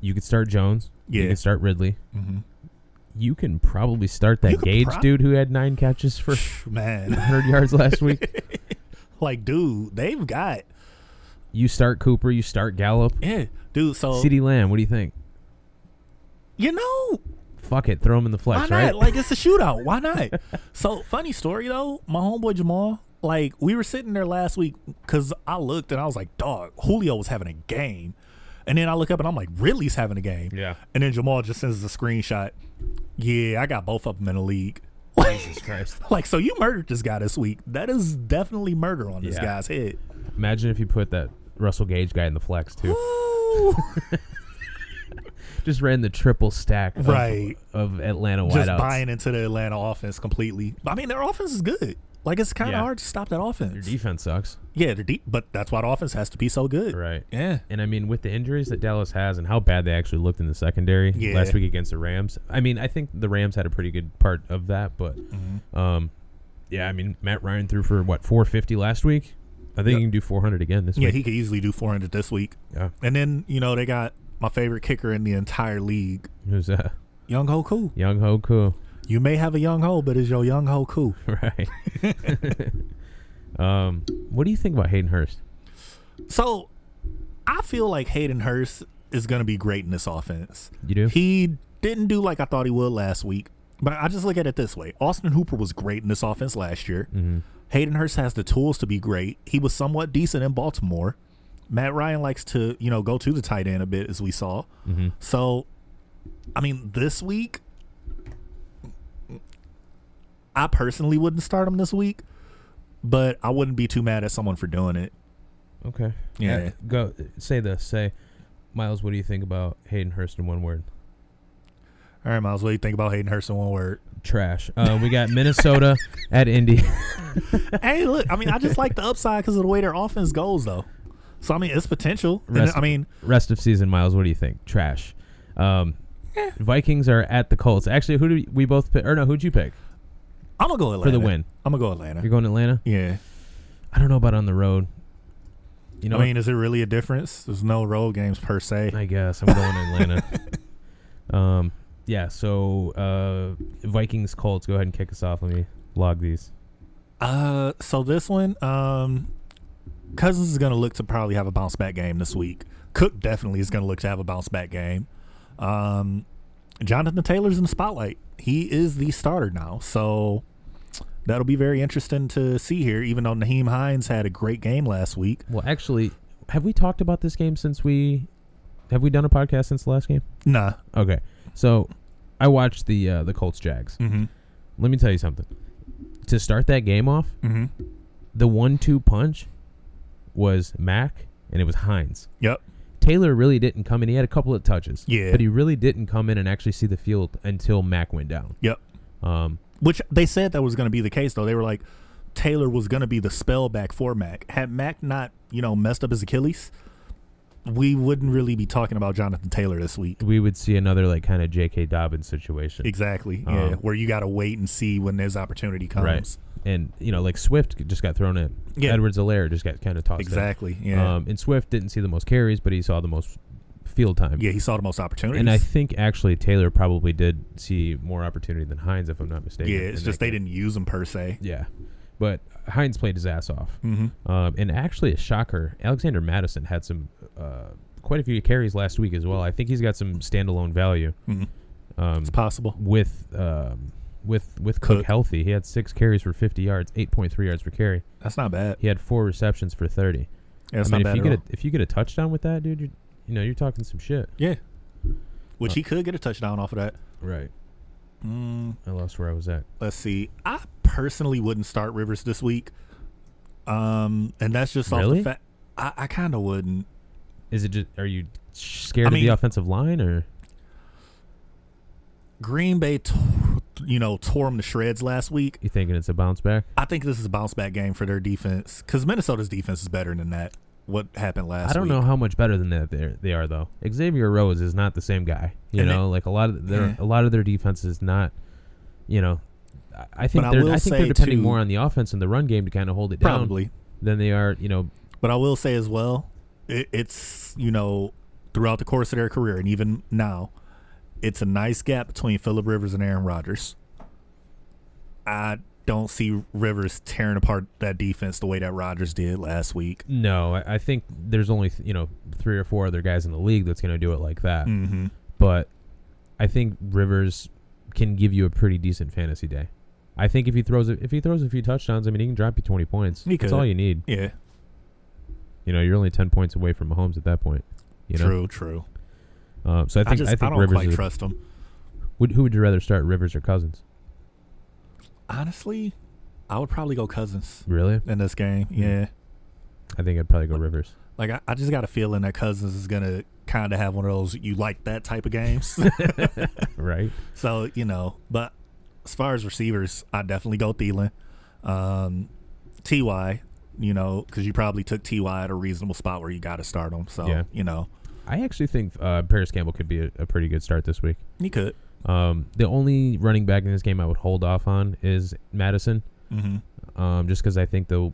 you could start Jones. You
Yeah.
could start Ridley.
Mm-hmm.
You can probably start
You
that
could
Gage
prob-
dude who had nine catches for
man
100 yards last week.
like dude they've got
You start Cooper. You start Gallup.
yeah dude so
C.D. Lamb. What do you think?
you know
Fuck it. Throw him in the
why
flesh,
not
right?
like it's a shootout why not so funny story though my homeboy jamal like we were sitting there last week because i looked and i was like dog julio was having a game and then i look up and i'm like ridley's having a game
Yeah.
and then jamal just sends us a screenshot yeah i got both of them in the league
Jesus Christ.
Like, so you murdered this guy this week. That is definitely murder on this
Yeah.
guy's head.
Imagine if you put that Russell Gage guy in the flex too. Just ran the triple stack of,
Right.
of Atlanta
Just
wideouts.
buying into the Atlanta offense completely. I mean, their offense is good. Like, it's kind of
Yeah.
hard to stop that
Your
offense.
defense sucks,
Yeah, they're deep, but that's why the offense has to be so good.
right?
Yeah.
And I mean, with the injuries that Dallas has and how bad they actually looked in the secondary
Yeah.
last week against the Rams, I mean, I think the Rams had a pretty good part of that. But,
Mm-hmm.
um, yeah, I mean, Matt Ryan threw for what 450 last week. I think he can do 400 again this
Yeah,
week.
he could easily do 400 this week.
yeah,
And then, you know, they got my favorite kicker in the entire league,
who's uh,
Young Ho Koo.
Young Hoku?
You may have a Young Ho, but is your Young Ho Koo?
Right. um, what do you think about Hayden Hurst?
So I feel like Hayden Hurst is going to be great in this offense.
You do?
He didn't do like I thought he would last week, but I just look at it this way Austin Hooper was great in this offense last year. Hayden Hurst has the tools to be great. He was somewhat decent in Baltimore. Matt Ryan likes to, you know, go to the tight end a bit, as we saw. So, I mean, this week, I personally wouldn't start him this week, but I wouldn't be too mad at someone for doing it.
Okay.
Yeah.
Uh, Go say this. Say, Miles, what do you think about Hayden Hurst in one word?
All right, Miles, what do you think about Hayden Hurst in one word?
Trash. Uh, we got Minnesota at Indy.
hey, look, I mean, I just like the upside because of the way their offense goes, though. So, I mean, it's potential. And,
Rest-
I mean,
Rest of season, Miles, what do you think? Trash. Um, Vikings are at the Colts. Actually, who do we both pick? Or no, who'd you pick?
I'm going to go Atlanta.
the win.
I'm going to go Atlanta.
You're going to Atlanta?
yeah.
I don't know about on the road. You know,
I mean, is it really a difference? There's no road games per se.
I guess I'm going to Atlanta. Um, yeah. So uh, Vikings Colts. Go ahead and kick us off. Let me log these.
Uh, so this one, um, Cousins is going to look to probably have a bounce back game this week. Cook definitely is going to look to have a bounce back game. Um, Jonathan Taylor's in the spotlight. He is the starter now, so that'll be very interesting to see here. Even though Naheem Hines had a great game last week,
Well, actually, have we talked about this game since we have we done a podcast since the last game?
nah.
Okay, so I watched the uh, the Colts Jags.
Mm-hmm.
Let me tell you something. To start that game off,
Mm-hmm.
the one-two punch was Mack and it was Hines.
Yep.
Taylor really didn't come in. He had a couple of touches,
Yeah.
but he really didn't come in and actually see the field until Mack went down.
Yep.
Um,
Which they said that was going to be the case, though. They were like, Taylor was going to be the spellback for Mac. Had Mac not, you know, messed up his Achilles, we wouldn't really be talking about Jonathan Taylor this week.
we would see another like kind of J.K. Dobbins situation,
Exactly. yeah.
Um,
Where you got to wait and see when his opportunity comes.
right? And you know, like Swift just got thrown in.
Yeah.
Edwards Alaire just got kind of tossed. in.
Exactly. Yeah.
Um, and Swift didn't see the most carries, but he saw the most field time.
yeah. He saw the most opportunities.
And I think actually Taylor probably did see more opportunity than Hines, if I'm not mistaken.
yeah. It's
in
just
that
they
game.
didn't use him per se.
Yeah, but Hines played his ass off.
Mm-hmm.
Um, and actually, a shocker, Alexander Madison had some uh, quite a few carries last week as well. I think he's got some standalone value
Mhm.
um,
It's possible.
with um, with with Cook,
Cook.
healthy. He had six carries for 50 yards, 8.3 yards per carry.
That's not bad.
He had four receptions for 30.
Yeah, that's
I mean,
not
if
bad.
you
at
get a,
all.
if you get a touchdown with that, dude, you're, you know you're talking some shit.
yeah.
Uh,
Which he could get a touchdown off of that.
Right.
Mm,
I lost where I was at.
let's see. I personally wouldn't start Rivers this week. Um, and that's just off
Really?
the fact I, I kind of wouldn't.
Is it just? Are you scared
I
of
mean-
the offensive line or?
Green Bay, t- you know, tore him to shreds last week.
You thinking it's a bounce back?
I think this is a bounce back game for their defense because Minnesota's defense is better than that. What happened last?
I don't
week.
know how much better than that they they are though. Xavier Rose is not the same guy. You
And Mm. they-
know, like a lot of their
Yeah.
a lot of their defense is not. You know, I- I think
I
they're
will
I, think they're
say,
depending
too-
more on the offense and the run game to kind of hold it down
Probably,
than they are. You know,
but I will say as well, it, it's you know, throughout the course of their career and even now, it's a nice gap between Philip Rivers and Aaron Rodgers. I don't see Rivers tearing apart that defense the way that Rodgers did last week.
no. I, I think there's only you know three or four other guys in the league that's going to do it like that.
Mm-hmm.
but I think Rivers can give you a pretty decent fantasy day. I think if he throws a, if he throws a few touchdowns, I mean he can drop you twenty points.
He
That's
could.
all you need.
Yeah,
You know, you're only ten points away from Mahomes at that point. You know,
true, true.
Uh, so I
I,
think I,
just I,
think
don't
Rivers.
quite
Is,
trust him.
would, who would you rather start, Rivers or Cousins?
Honestly, I would probably go Cousins
Really?
in this game. Yeah.
I think I'd probably go Rivers.
Like I, I just got a feeling that Cousins is gonna kind of have one of those you like that type of games.
Right?
so you know, but as far as receivers, I definitely go Thielen, um, Ty. You know, because you probably took Ty at a reasonable spot where you got to start him. So
Yeah.
you know,
I actually think uh, Paris Campbell could be a, a pretty good start this week.
you could.
Um, the only running back in this game I would hold off on is Madison,
Mm-hmm.
um, just because I think they'll.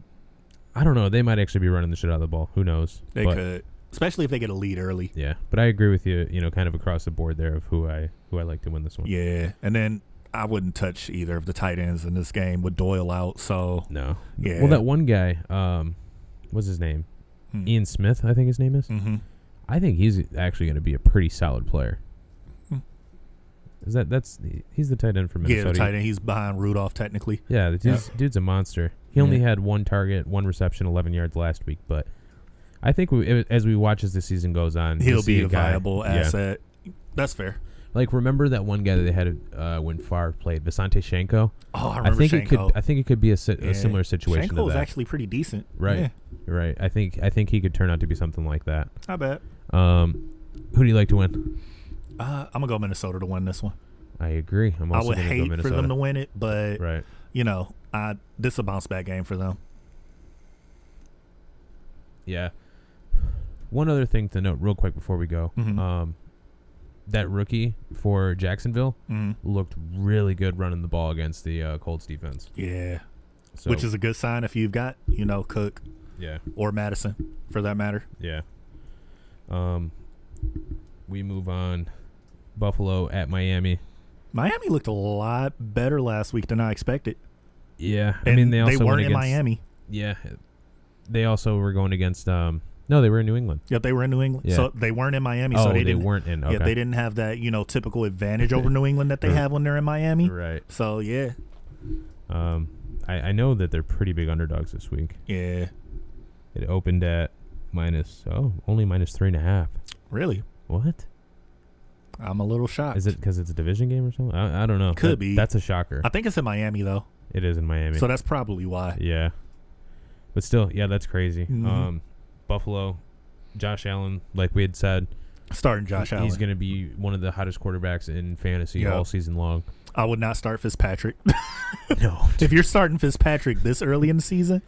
I don't know. They might actually be running the shit out of the ball. Who knows?
They
But-
could, especially if they get a lead early.
Yeah, but I agree with you. You know, kind of across the board there of who I who I like to win this one.
Yeah, and then I wouldn't touch either of the tight ends in this game with Doyle out. So
No.
Yeah.
Well, that one guy, um, what's his name?
Hmm.
Ian Smith, I think his name is.
mm-hmm.
I think he's actually going to be a pretty solid player.
Hmm.
Is that that's he's the tight end for
yeah,
Minnesota?
the tight end he's behind Rudolph technically.
Yeah, the dude's, dude's a monster. He only
Yeah.
had one target, one reception, 11 yards last week, but I think we, as we watch as the season goes on, we'll
He'll
see
be a
guy-
viable
yeah.
asset. That's fair.
Like remember that one guy that they had uh, when Favre played, Visante Shanko.
Oh, I
I,
remember
think
Shanko.
it could. I think it could be a, si-
Yeah.
a similar situation.
Shanko
to
was
that.
actually pretty decent.
right,
Yeah,
right. I think I think he could turn out to be something like that.
I bet.
Um, who do you like to win?
Uh, I'm gonna go Minnesota to win this one.
I agree. I'm
I
also
would
gonna go
hate for
Minnesota.
them to win it, but
Right.
you know, I this is a bounce back game for them.
Yeah. One other thing to note, real quick, before we go,
Mhm.
um, that rookie for Jacksonville
Mhm.
looked really good running the ball against the uh, Colts defense.
Yeah,
So,
which is a good sign if you've got you know Cook
yeah,
or Madison for that matter.
yeah. Um, we move on. Buffalo at Miami.
Miami looked a lot better last week than I expected,
Yeah,
and
I mean they also
weren't
went
in
against,
Miami.
Yeah, they also were going against. Um, no, they were in New England.
Yep, they were in New England,
Yeah.
so they weren't in Miami.
oh,
so they,
they,
didn't.
weren't in. Okay,
Yeah, they didn't have that you know typical advantage over New England that they have when they're in Miami.
right.
So yeah,
Um, I, I know that they're pretty big underdogs this week.
yeah,
It opened at minus oh, only minus three and a half.
really,
What
I'm a little shocked.
is it? Because it's a division game or something? I, I don't know.
Could
That-
be.
That's a shocker.
I think it's in Miami though,
it is in Miami.
so that's probably why.
yeah, but still, yeah, that's crazy.
Mhm.
Um, Buffalo, Josh Allen, like we had said,
Starting Josh
he-
Allen,
he's going to be one of the hottest quarterbacks in fantasy
Yeah.
all season long.
I would not start Fitzpatrick.
No,
if you're starting Fitzpatrick this early in the season,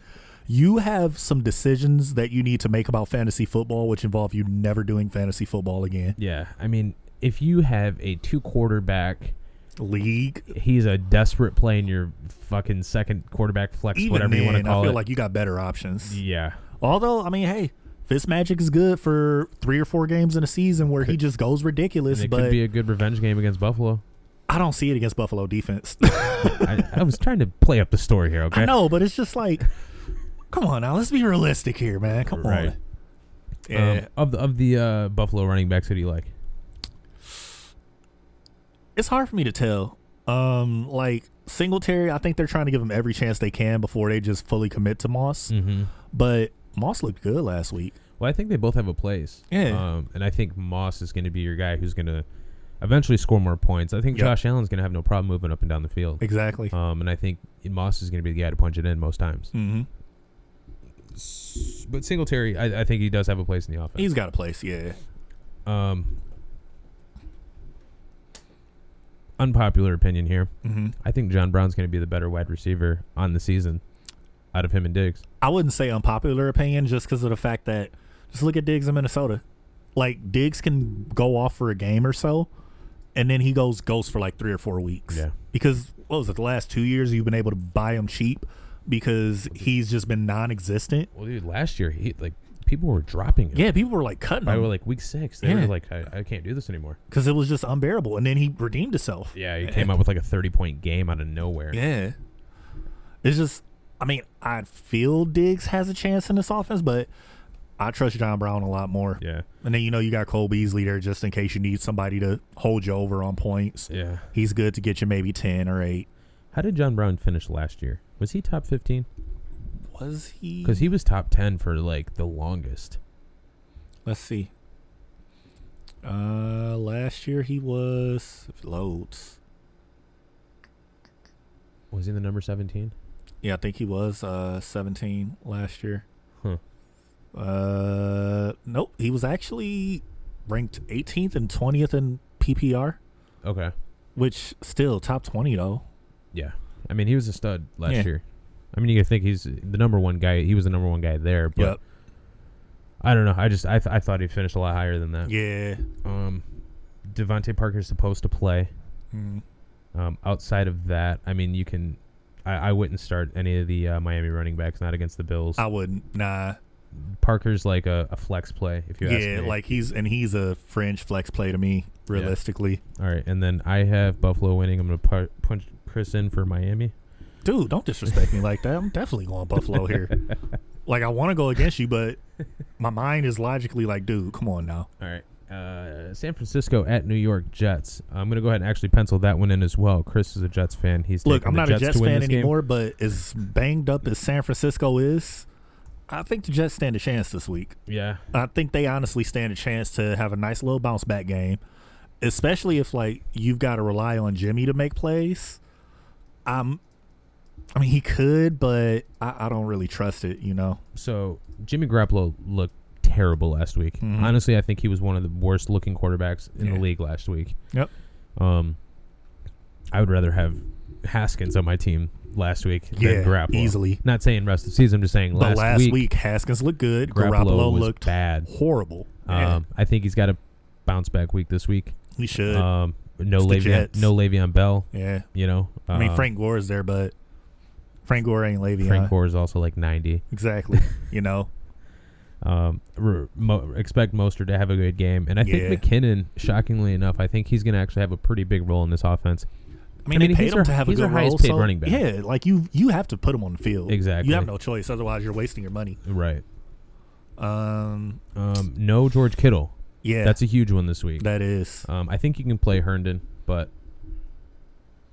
you have some decisions that you need to make about fantasy football, which involve you never doing fantasy football again.
yeah, I mean, if you have a two quarterback.
League,
He's a desperate play in your fucking second quarterback flex,
even
whatever
then,
you want to
I
call
feel
it.
like you got better options.
yeah,
Although, I mean, hey, Fitz Magic is good for three or four games in a season where he just goes ridiculous,
And it
but
could be a good revenge game against Buffalo.
I don't see it against Buffalo defense.
I, I was trying to play up the story here, okay? Um,
I know, but it's just like, come on now, let's be realistic here, man. Come
Right.
on. Yeah.
Um, of the of the uh, Buffalo running backs, who do you like?
it's hard for me to tell. Um, like Singletary, I think they're trying to give him every chance they can before they just fully commit to Moss.
Mm-hmm.
But Moss looked good last week.
Well, I think they both have a place.
Yeah.
Um, and I think Moss is going to be your guy who's going to eventually score more points. I think
Yep.
Josh Allen's going to have no problem moving up and down the field.
Exactly.
Um, and I think Moss is going to be the guy to punch it in most times.
hmm
But Singletary, I, I think he does have a place in the offense.
He's got a place. Yeah.
um, unpopular opinion here.
hmm
I think John Brown's going to be the better wide receiver on the season out of him and Diggs.
I wouldn't say unpopular opinion just because of the fact that just look at Diggs in Minnesota. Like Diggs can go off for a game or so, and then he goes ghost for like three or four weeks.
Yeah.
Because what was it? The last two years you've been able to buy him cheap because he's just been non-existent.
Well, dude, last year he like people were dropping him.
Yeah, people were like cutting
I
him.
were like week six. They
Yeah.
were like, I, I can't do this anymore.
because it was just unbearable. And then he redeemed himself.
Yeah, he came up with like a thirty point game out of nowhere.
Yeah. It's just, I mean, I feel Diggs has a chance in this offense, but I trust John Brown a lot more.
yeah,
And then, you know, you got Cole Beasley there just in case you need somebody to hold you over on points.
Yeah.
He's good to get you maybe 10 or 8.
How did John Brown finish last year? Was he top fifteen?
Was he?
Because he was top ten for like the longest.
Let's see. Uh, last year he was if it loads.
Was he the number seventeen?
Yeah, I think he was uh, 17 last year.
Huh.
Uh, nope. He was actually ranked 18th and 20th in PPR,
Okay.
which still top 20 though.
Yeah. I mean, he was a stud last
Yeah.
year. I mean, you gotta think he's the number one guy. He was the number one guy there, but
Yep.
I don't know. I just I, th- I thought he finished a lot higher than that.
Yeah.
Um, Devontae Parker's supposed to play.
Mm.
Um, outside of that, I mean, you can. I, I wouldn't start any of the uh, Miami running backs. Not against the Bills.
I wouldn't. Nah.
Parker's like a, a flex play, if you ask me.
yeah, like he's and he's a fringe flex play to me, realistically.
all right. And then I have Buffalo winning. I'm gonna par- punch Chris in for Miami.
Dude, don't disrespect me like that. I'm definitely going Buffalo here. Like I want to go against you, but my mind is logically like, dude, come on now.
All right. Uh, San Francisco at New York Jets. I'm gonna go ahead and actually pencil that one in as well. Chris is a Jets fan. He's
Look,
taking
I'm
the
not
Jets
a Jets
to win
fan
this game.
anymore, but as banged up as San Francisco is, I think the Jets stand a chance this week.
Yeah,
I think they honestly stand a chance to have a nice little bounce back game, especially if like you've got to rely on Jimmy to make plays. Um, I mean, he could, but I, I don't really trust it. You know,
so Jimmy Garoppolo looked terrible last week.
Mhm.
Honestly, I think he was one of the worst looking quarterbacks in
Yeah.
the league last week.
Yep.
Um, I would rather have Haskins on my team last week
Yeah,
than Garoppolo.
easily.
Not saying rest of the season. I'm just saying
but
last,
last week,
week,
Haskins looked good.
Garoppolo,
Garoppolo,
was
looked
bad.
horrible. Yeah,
Um, I think he's got a bounce back week this week.
he should.
Um, no
It's the
Le'Veon,
Jets.
no Le'Veon Bell.
yeah,
You know,
I mean
Um,
Frank Gore is there, but Frank Gore ain't Le'Veon.
Frank Gore is also like 90.
Exactly. you know,
Um, r- mo- expect Moster to have a good game, and I
Yeah.
think McKinnon, shockingly enough, I think he's going to actually have a pretty big role in this offense.
I mean,
I mean,
they paid
he's
him
our-
to have
he's
a
our
good
highest
role,
paid
so-
running back.
Yeah, like you, you have to put him on the field.
Exactly.
You have no choice, otherwise you're wasting your money.
Right.
Um,
Um, no George Kittle.
yeah,
That's a huge one this week.
that is.
Um, I think you can play Herndon, but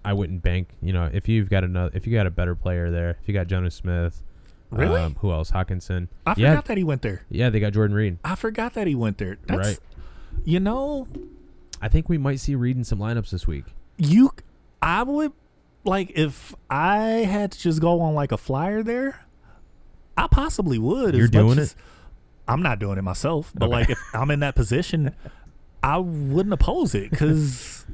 I wouldn't bank. You know, if you've got another, if you got a better player there, if you got Jonas Smith,
Really?
um, who else? Hawkinson.
I forgot
yeah,
that he went there.
yeah, they got Jordan Reed.
I forgot that he went there. That's
Right.
You know,
I think we might see Reed in some lineups this week.
you. c- I would like if I had to just go on like a flyer there. I possibly would.
You're
as much
doing
as-
it?
I'm not doing it myself, but like if I'm in that position, I wouldn't oppose it because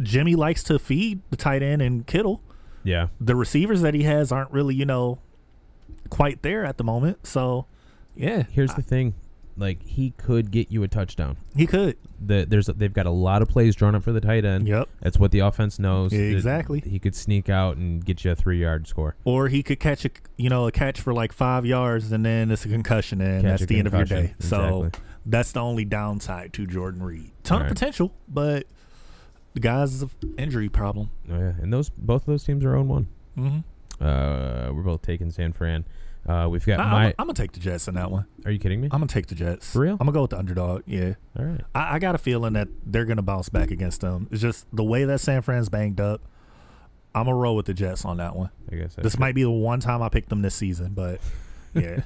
Jimmy likes to feed the tight end and Kittle.
Yeah.
the receivers that he has aren't really, you know, quite there at the moment. So, yeah,
Here's the thing, like he could get you a touchdown.
he could.
the, there's they've got a lot of plays drawn up for the tight end.
Yep.
that's what the offense knows.
Yeah,
It-
exactly.
he could sneak out and get you a three yard score.
Or he could catch a, you know, a catch for like five yards, and then it's a concussion,
Catch
and
a
that's the end of your day.
concussion,
So
exactly.
that's the only downside to Jordan Reed. Ton
Right.
of potential, but the guy's an injury problem.
Oh yeah, and those both of those teams are own one.
Mm-hmm.
Uh, we're both taking San Fran. Uh, we've got
I'm, Uh,
my.
I'm gonna take the Jets in that one.
are you kidding me?
I'm gonna take the Jets.
For real?
I'm gonna go with the underdog. Yeah.
All right.
I, I got a feeling that they're gonna bounce back against them. It's just the way that San Fran's banged up. I'm gonna roll with the Jets on that one.
I guess.
This might be the one time I picked them this season, but yeah,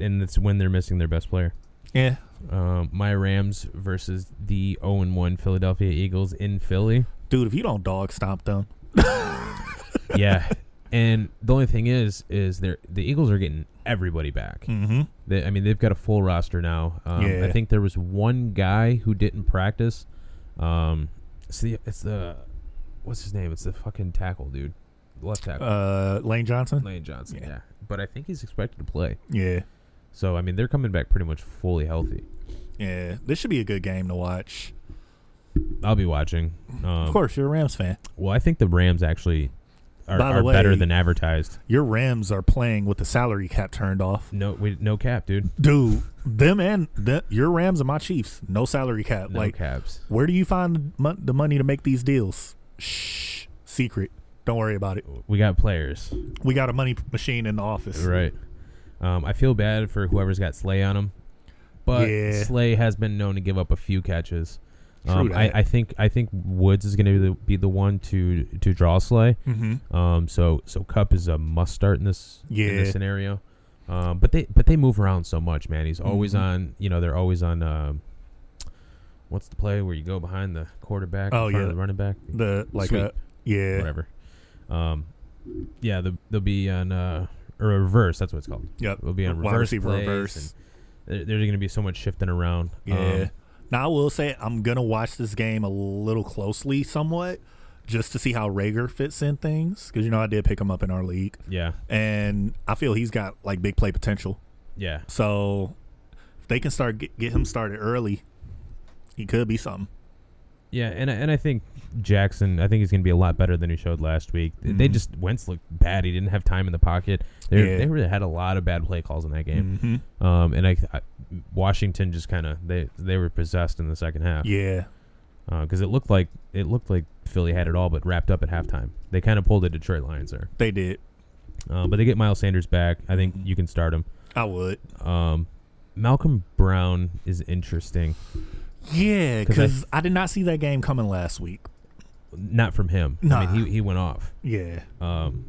and it's when they're missing their best player.
yeah.
Um, my Rams versus the 0 1 Philadelphia Eagles in Philly.
Dude, if you don't dog stomp them,
yeah. And the only thing is, is they're the Eagles are getting everybody back.
mm-hmm.
They, I mean, they've got a full roster now. Um,
Yeah.
I think there was one guy who didn't practice. Um, it's the it's the what's his name? It's the fucking tackle dude, left tackle
uh, Lane Johnson,
Lane Johnson. Yeah.
yeah.
but I think he's expected to play.
yeah,
So I mean, they're coming back pretty much fully healthy.
yeah. This should be a good game to watch.
I'll be watching. Um,
of course, you're a Rams fan.
Well, I think the Rams actually are,
By the
are better
way-
than advertised.
Your Rams are playing with the salary cap turned off,
No, we, no cap, dude.
dude. Them and the, your Rams and my Chiefs, no salary cap.
No
like,
caps.
where do you find mon- the money to make these deals? Shh, secret. Don't worry about it.
We got players.
We got a money machine in the office.
Right. Um, I feel bad for whoever's got Slay on him, but
Yeah.
Slay has been known to give up a few catches.
True
Um, I,
that.
I think I think Woods is going to be the, be the one to to draw Slay.
Mm-hmm.
Um, so so Cup is a must start in this in
Yeah.
this scenario. Um, but they but they move around so much, man. He's always
Mhm.
on. You know, they're always on. Um, what's the play where you go behind the quarterback? in
Oh,
front of
yeah.
the running back.
The like
Sweep.
a yeah.
whatever. Um, yeah, the, they'll be on uh, or reverse. That's what it's called.
Yep.
They'll be on
Wide
reverse.
receiver
plays,
reverse.
and there- There's going to be so much shifting around. Um,
Yeah. now I will say I'm gonna watch this game a little closely, somewhat, just to see how Rager fits in things. Because you know I did pick him up in our league,
yeah.
and I feel he's got like big play potential.
Yeah.
So if they can start get, get him started early, he could be something.
Yeah, and I- and I think Jackson, I think he's going to be a lot better than he showed last week. They- They just Wentz looked bad. He didn't have time in the pocket. They
Mm-hmm. Yeah.
they really had a lot of bad play calls in that game.
Mm-hmm.
Um, and I, I Washington just kind of they they were possessed in the second half.
Yeah.
because it looked like it looked like Philly had it all, but wrapped up at halftime. They kind of pulled the Detroit Lions there.
They did.
Um, but they get Miles Sanders back. I think
Mm-hmm.
you can start him.
I would.
Um, Malcolm Brown is interesting.
Yeah,
'Cause I-
because I, did not see that game coming last week.
Not from him. I mean,
Nah.
he he went off.
Yeah.
Um,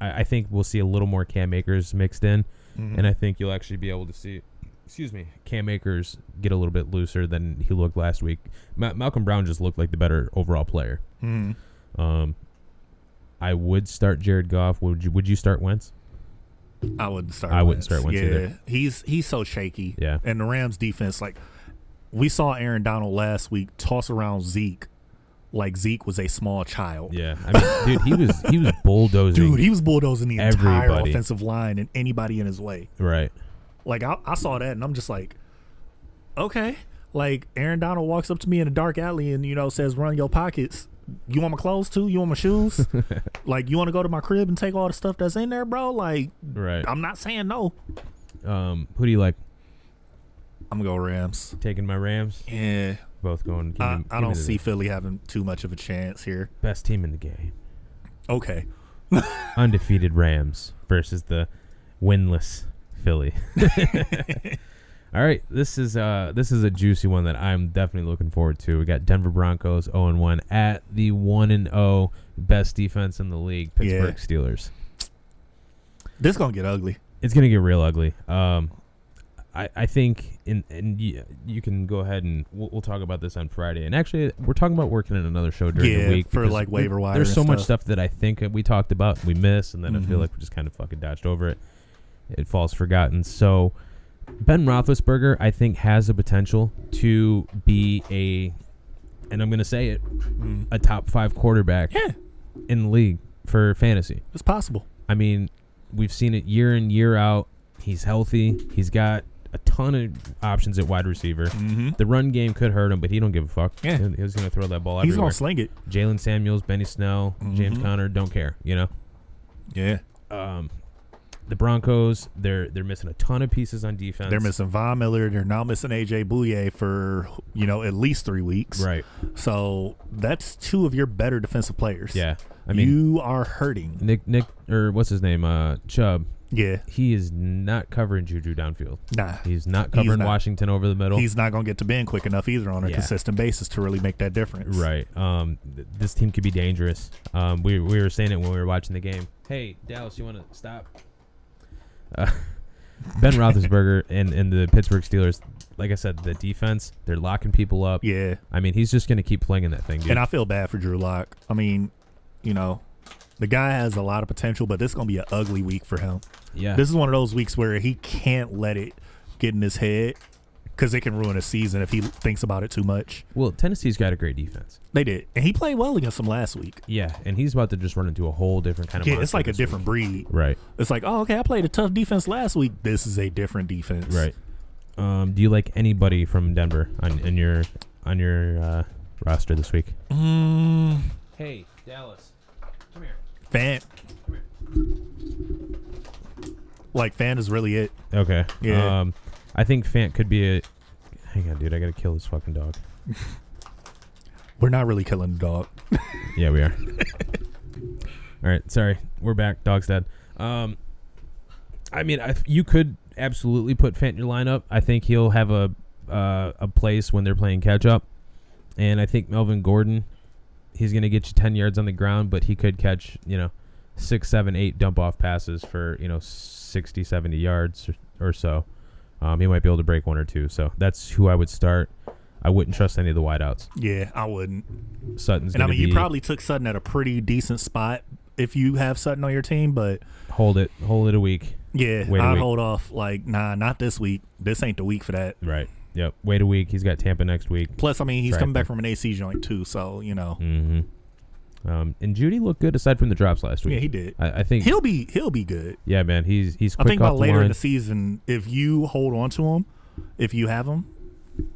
I, I think we'll see a little more Cam Akers mixed in,
Mm-hmm.
and I think you'll actually be able to see, excuse me, Cam Akers get a little bit looser than he looked last week. Ma- Malcolm Brown just looked like the better overall player.
hmm
Um, I would start Jared Goff. Would you? Would you start Wentz?
I wouldn't start.
I wouldn't start Wentz
yeah.
either.
He's he's so shaky.
Yeah.
And the Rams defense, like we saw Aaron Donald last week toss around Zeke, like Zeke was a small child.
Yeah, I mean, dude, he was he was bulldozing.
Dude, he was bulldozing the entire
Everybody.
offensive line and anybody in his way.
right.
Like I, I saw that and I'm just like, okay. Like Aaron Donald walks up to me in a dark alley and you know says, "Run your pockets." You want my clothes too? You want my shoes? like you want to go to my crib and take all the stuff that's in there, bro? Like
Right.
I'm not saying no.
Um, who do you like?
I'm gonna go Rams.
Taking my Rams.
Yeah,
Both going. give
I,
me- give
I
me
don't
the
see Philly having too much of a chance here.
best team in the game.
Okay,
undefeated Rams versus the winless Philly. All right, this is uh this is a juicy one that I'm definitely looking forward to. We got Denver Broncos 0 and 1 at the 1 and 0 best defense in the league, Pittsburgh
Yeah.
Steelers.
this gonna get ugly.
It's going to get real ugly. Um I, I think in and y- you can go ahead and we'll, we'll talk about this on Friday. And actually, we're talking about working in another show during
Yeah,
the week
for,
because
like,
we-
waiver wire
There's
and
so much
stuff.
stuff that I think that we talked about we missed, and then I feel
Mhm.
like we just kind of fucking dodged over it. It falls forgotten. So Ben Roethlisberger, I think, has the potential to be a, and I'm gonna say it, a top five quarterback
Yeah,
in the league for fantasy.
it's possible.
I mean, we've seen it year in year out. He's healthy. He's got a ton of options at wide receiver.
Mm-hmm.
The run game could hurt him, but he don't give a fuck.
Yeah.
He- he's gonna throw that ball
He's Mm-hmm.
everywhere.
gonna sling it.
Jalen Samuels, Benny Snell, James Conner, don't care. You know,
Yeah,
um, the Broncos, they're they're missing a ton of pieces on defense.
they're missing Von Miller. They're now missing AJ Bouye for you know at least three weeks.
right.
So that's two of your better defensive players.
Yeah, I mean
you are hurting.
Nick Nick or what's his name? Uh, Chubb.
Yeah,
He is not covering Juju downfield.
nah.
He's not covering
not.
Washington over the middle.
He's not gonna get to Ben quick enough either on a
Yeah.
consistent basis to really make that difference.
Right. Um, th- this team could be dangerous. Um, we, we were saying it when we were watching the game. Hey, Dallas, you want to stop? Uh, ben Roethlisberger and, and the Pittsburgh Steelers, like I said, the defense, they're locking people up.
Yeah.
I mean, he's just going to keep flinging that thing, dude.
And I feel bad for Drew Lock. I mean, you know, the guy has a lot of potential, but this is gonna be an ugly week for him.
yeah.
This is one of those weeks where he can't let it get in his head because it can ruin his season if he thinks about it too much.
well, Tennessee's got a great defense.
They did, and he played well against them last week.
Yeah, and he's about to just run into a whole different kind of
Yeah, it's
monster
like a
this week.
different breed.
Right,
It's like, oh, okay, I played a tough defense last week. This is a different defense.
right. Um, do you like anybody from Denver on in your on your uh, roster this week?
Mm,
Hey, Dallas, come here.
fan. Like fan is really it.
Okay.
Yeah.
Um, I think Fant could be a. Hang on, dude. I gotta kill this fucking dog.
We're not really killing the dog.
Yeah, we are. All right. Sorry, we're back. Dog's dead. Um, I mean, I, you could absolutely put Fant in your lineup. I think he'll have a uh, a place when they're playing catch up, and I think Melvin Gordon, he's gonna get you ten yards on the ground, but he could catch you know six, seven, eight dump off passes for you know 60, 70 yards or, or so. Um, he might be able to break one or two. So that's who I would start. I wouldn't trust any of the wideouts.
Yeah, I wouldn't.
Sutton's
And I
gonna
mean, you
be
probably took Sutton at a pretty decent spot if you have Sutton on your team, but
Hold it. Hold it a week.
yeah,
Wait a
I'd
week.
hold off. Like, nah, not this week. This ain't the week for that.
Right. Yep. Wait a week. He's got Tampa next week.
Plus, I mean, he's
Right.
coming back from an AC joint too, so you know,
hmm Um, and Judy looked good aside from the drops last week.
Yeah, he did.
I, I think.
he'll be he'll be good.
yeah, man. He's he's
I
quick
think
off
by
the
later
line.
in the season, if you hold on to him, if you have him,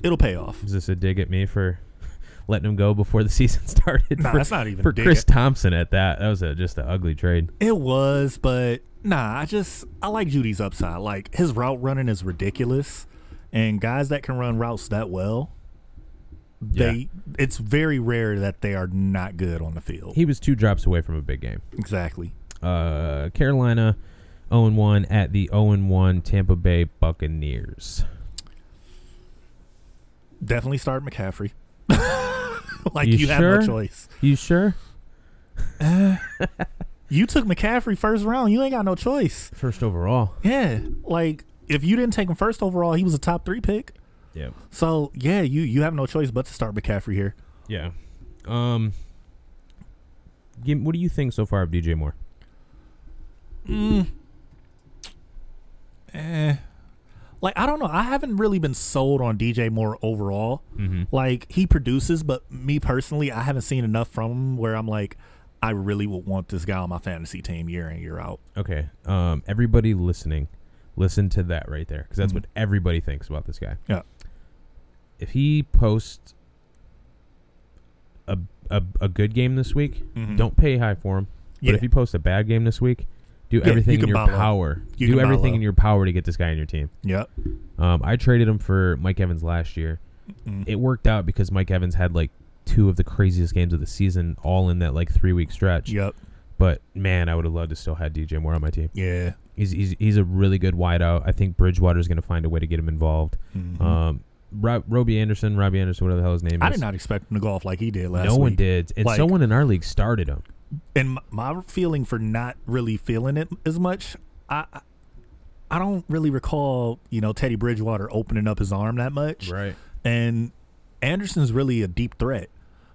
it'll pay off.
Is this a dig at me for letting him go before the season started?
Nah,
for
that's not even
for
a dig
Chris
at-
Thompson at that. That was a, just an ugly trade.
It was, but nah, I just I like Judy's upside. Like his route running is ridiculous, and guys that can run routes that well,
Yeah.
they it's very rare that they are not good on the field.
He was two drops away from a big game.
exactly.
Uh, Carolina 0 1 at the 0 1 Tampa Bay Buccaneers.
Definitely start McCaffrey. like
You
you, have
sure?
no choice.
You sure?
You took McCaffrey first round. You ain't got no choice.
First overall.
Yeah, like if you didn't take him first overall, he was a top three pick.
Yeah.
So yeah, you you have no choice but to start McCaffrey here.
Yeah. Um. Give, what do you think so far of DJ Moore?
Like I don't know, I haven't really been sold on DJ Moore overall.
Mm-hmm.
Like he produces, but me personally, I haven't seen enough from him where I'm like, I really would want this guy on my fantasy team year in year out.
Okay. Um. Everybody listening, listen to that right there, because that's
Mhm.
what everybody thinks about this guy.
Yeah.
If he posts a a, a good game this week,
Mhm.
don't pay high for him. But
Yeah.
if he posts a bad game this week, do everything
you
in
can
your
buy low.
power.
You
do
can buy
everything
low.
in your power to get this guy on your team.
Yep.
Um, I traded him for Mike Evans last year.
Mm-hmm.
It worked out because Mike Evans had like two of the craziest games of the season, all in that like three week stretch.
Yep.
But man, I would have loved to still had DJ Moore on my team.
Yeah.
He's he's, he's a really good wideout. I think Bridgewater's going to find a way to get him involved. Um, Rob, Robbie Anderson, Robbie Anderson, whatever the hell his name is.
I Mm-hmm. did not expect him to go off like he did last
No one
week.
did, and
Like-
someone in our league started him.
And my, my feeling for not really feeling it as much, I I- I don't really recall, you know, Teddy Bridgewater opening up his arm that much.
Right.
And Anderson's really a deep threat.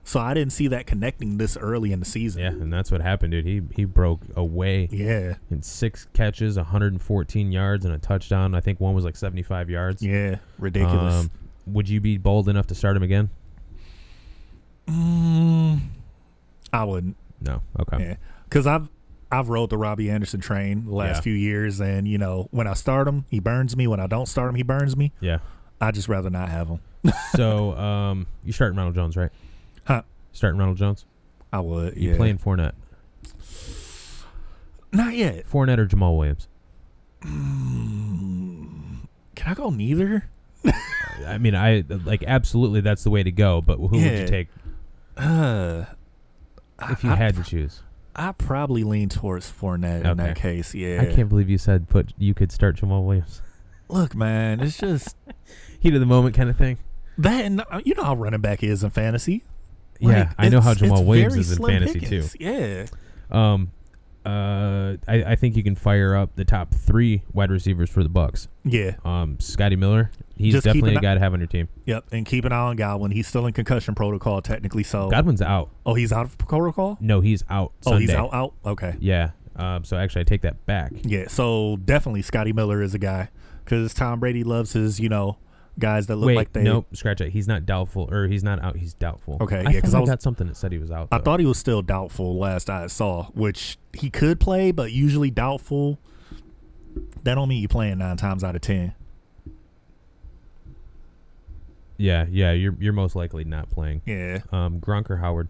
So I didn't see that connecting this early in the season.
Yeah, and that's what happened, dude. He he broke away.
Yeah.
in six catches, 114 yards, and a touchdown. I think one was like 75 yards.
Yeah. Ridiculous.
Um, would you be bold enough to start him again?
Mm, I wouldn't.
No. Okay.
Yeah. Cause I've I've rode the Robbie Anderson train the last
Yeah.
few years and you know, when I start him, he burns me. When I don't start him, he burns me.
Yeah.
I just rather not have him.
so um, you starting Ronald Jones, right?
Huh.
Starting Ronald Jones.
I would.
You
yeah.
playing Fournette?
Not yet.
Fournette or Jamal Williams?
Can I go neither?
I mean, I like absolutely that's the way to go. But who would you
Yeah.
take
Uh,
if you
I-
had to choose?
I probably lean towards Fournette in that
Okay.
case. Yeah.
I can't believe you said put you could start Jamal Williams.
Look, man, it's just
Heat of the moment kind of thing.
that, and uh, you know how running back is in fantasy.
yeah,
Like,
I know
it's-
how
it's
Jamal Williams
very
is in
slim
fantasy too.
pickings. Yeah.
Um, uh, I, I think you can fire up the top three wide receivers for the Bucks.
Yeah.
Um, Scotty Miller, he's
Just keep
definitely
an
a
eye-
guy to have on your team.
Yep. And keep an eye on Godwin. He's still in concussion protocol, technically. So,
Godwin's out.
oh, he's out of protocol.
No, he's out.
Oh, he's
Sunday.
out. Out. Okay.
Yeah. Um, so actually, I take that back.
Yeah. So definitely, Scotty Miller is a guy because Tom Brady loves his, you know, guys that look
Wait,
like they.
nope, scratch it. He's not doubtful, or he's not out. He's doubtful.
Okay,
I
yeah, 'cause
thought
I
I,
was-
got something that said he was out.
I
though.
thought he was still doubtful last I saw, which he could play, but usually doubtful. That don't mean you playing nine times out of ten.
Yeah, yeah. You're you're most likely not playing.
Yeah,
Um, Gronk or Howard?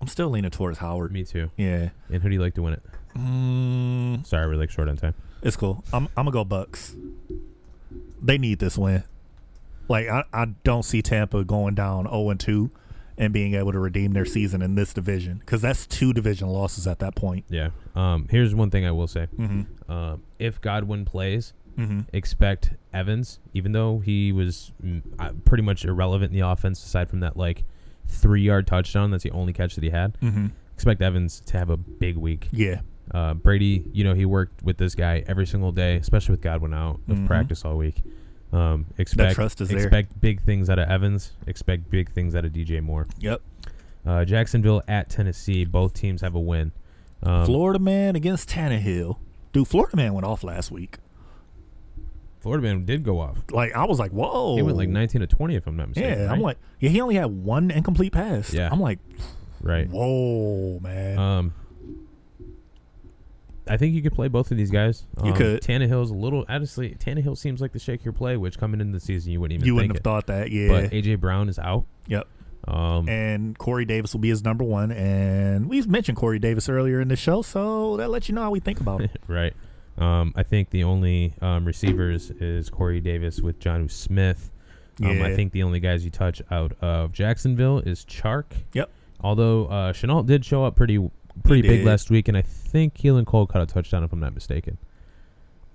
I'm still leaning towards Howard.
Me too.
Yeah,
And who do you like to win it?
mm,
Sorry, we're like short on time.
it's cool. I'm I'm gonna go Bucks. They need this win. Like I, I don't see Tampa going down 0 and 2 and being able to redeem their season in this division because that's two division losses at that point.
Yeah. Um, here's one thing I will say.
Mm-hmm.
Um, if Godwin plays,
Mm-hmm.
expect Evans, even though he was mm, uh, pretty much irrelevant in the offense, aside from that like three yard touchdown. That's the only catch that he had.
Mm-hmm.
Expect Evans to have a big week.
Yeah.
Uh, Brady, you know, he worked with this guy every single day, especially with Godwin out of
Mhm.
practice all week. Um, expect
trust is there.
expect big things out of Evans. Expect big things out of DJ Moore.
Yep.
Uh, Jacksonville at Tennessee. Both teams have a win. Um,
Florida man against Tannehill. Dude, Florida man went off last week.
Florida man did go off.
Like I was like, whoa.
He went like 19 to 20, if I'm not mistaken.
Yeah, I'm
right?
like, yeah. He only had one incomplete pass.
Yeah.
I'm like,
right.
whoa, man.
Um, I think you could play both of these guys. Um,
You could.
Tannehill's a little honestly. Tannehill seems like the shake your play, which coming into the season you wouldn't even
you
think
wouldn't have
it.
thought that. Yeah.
But AJ Brown is out.
yep.
Um,
And Corey Davis will be his number one. And we mentioned Corey Davis earlier in the show, so that lets you know how we think about him.
right. Um, I think the only um, receivers is Corey Davis with John Smith. Um, I
Yeah.
think the only guys you touch out of Jacksonville is Chark.
Yep.
Although uh, Chenault did show up pretty pretty big
did.
last week, and I think Keelan Cole caught a touchdown if I'm not mistaken.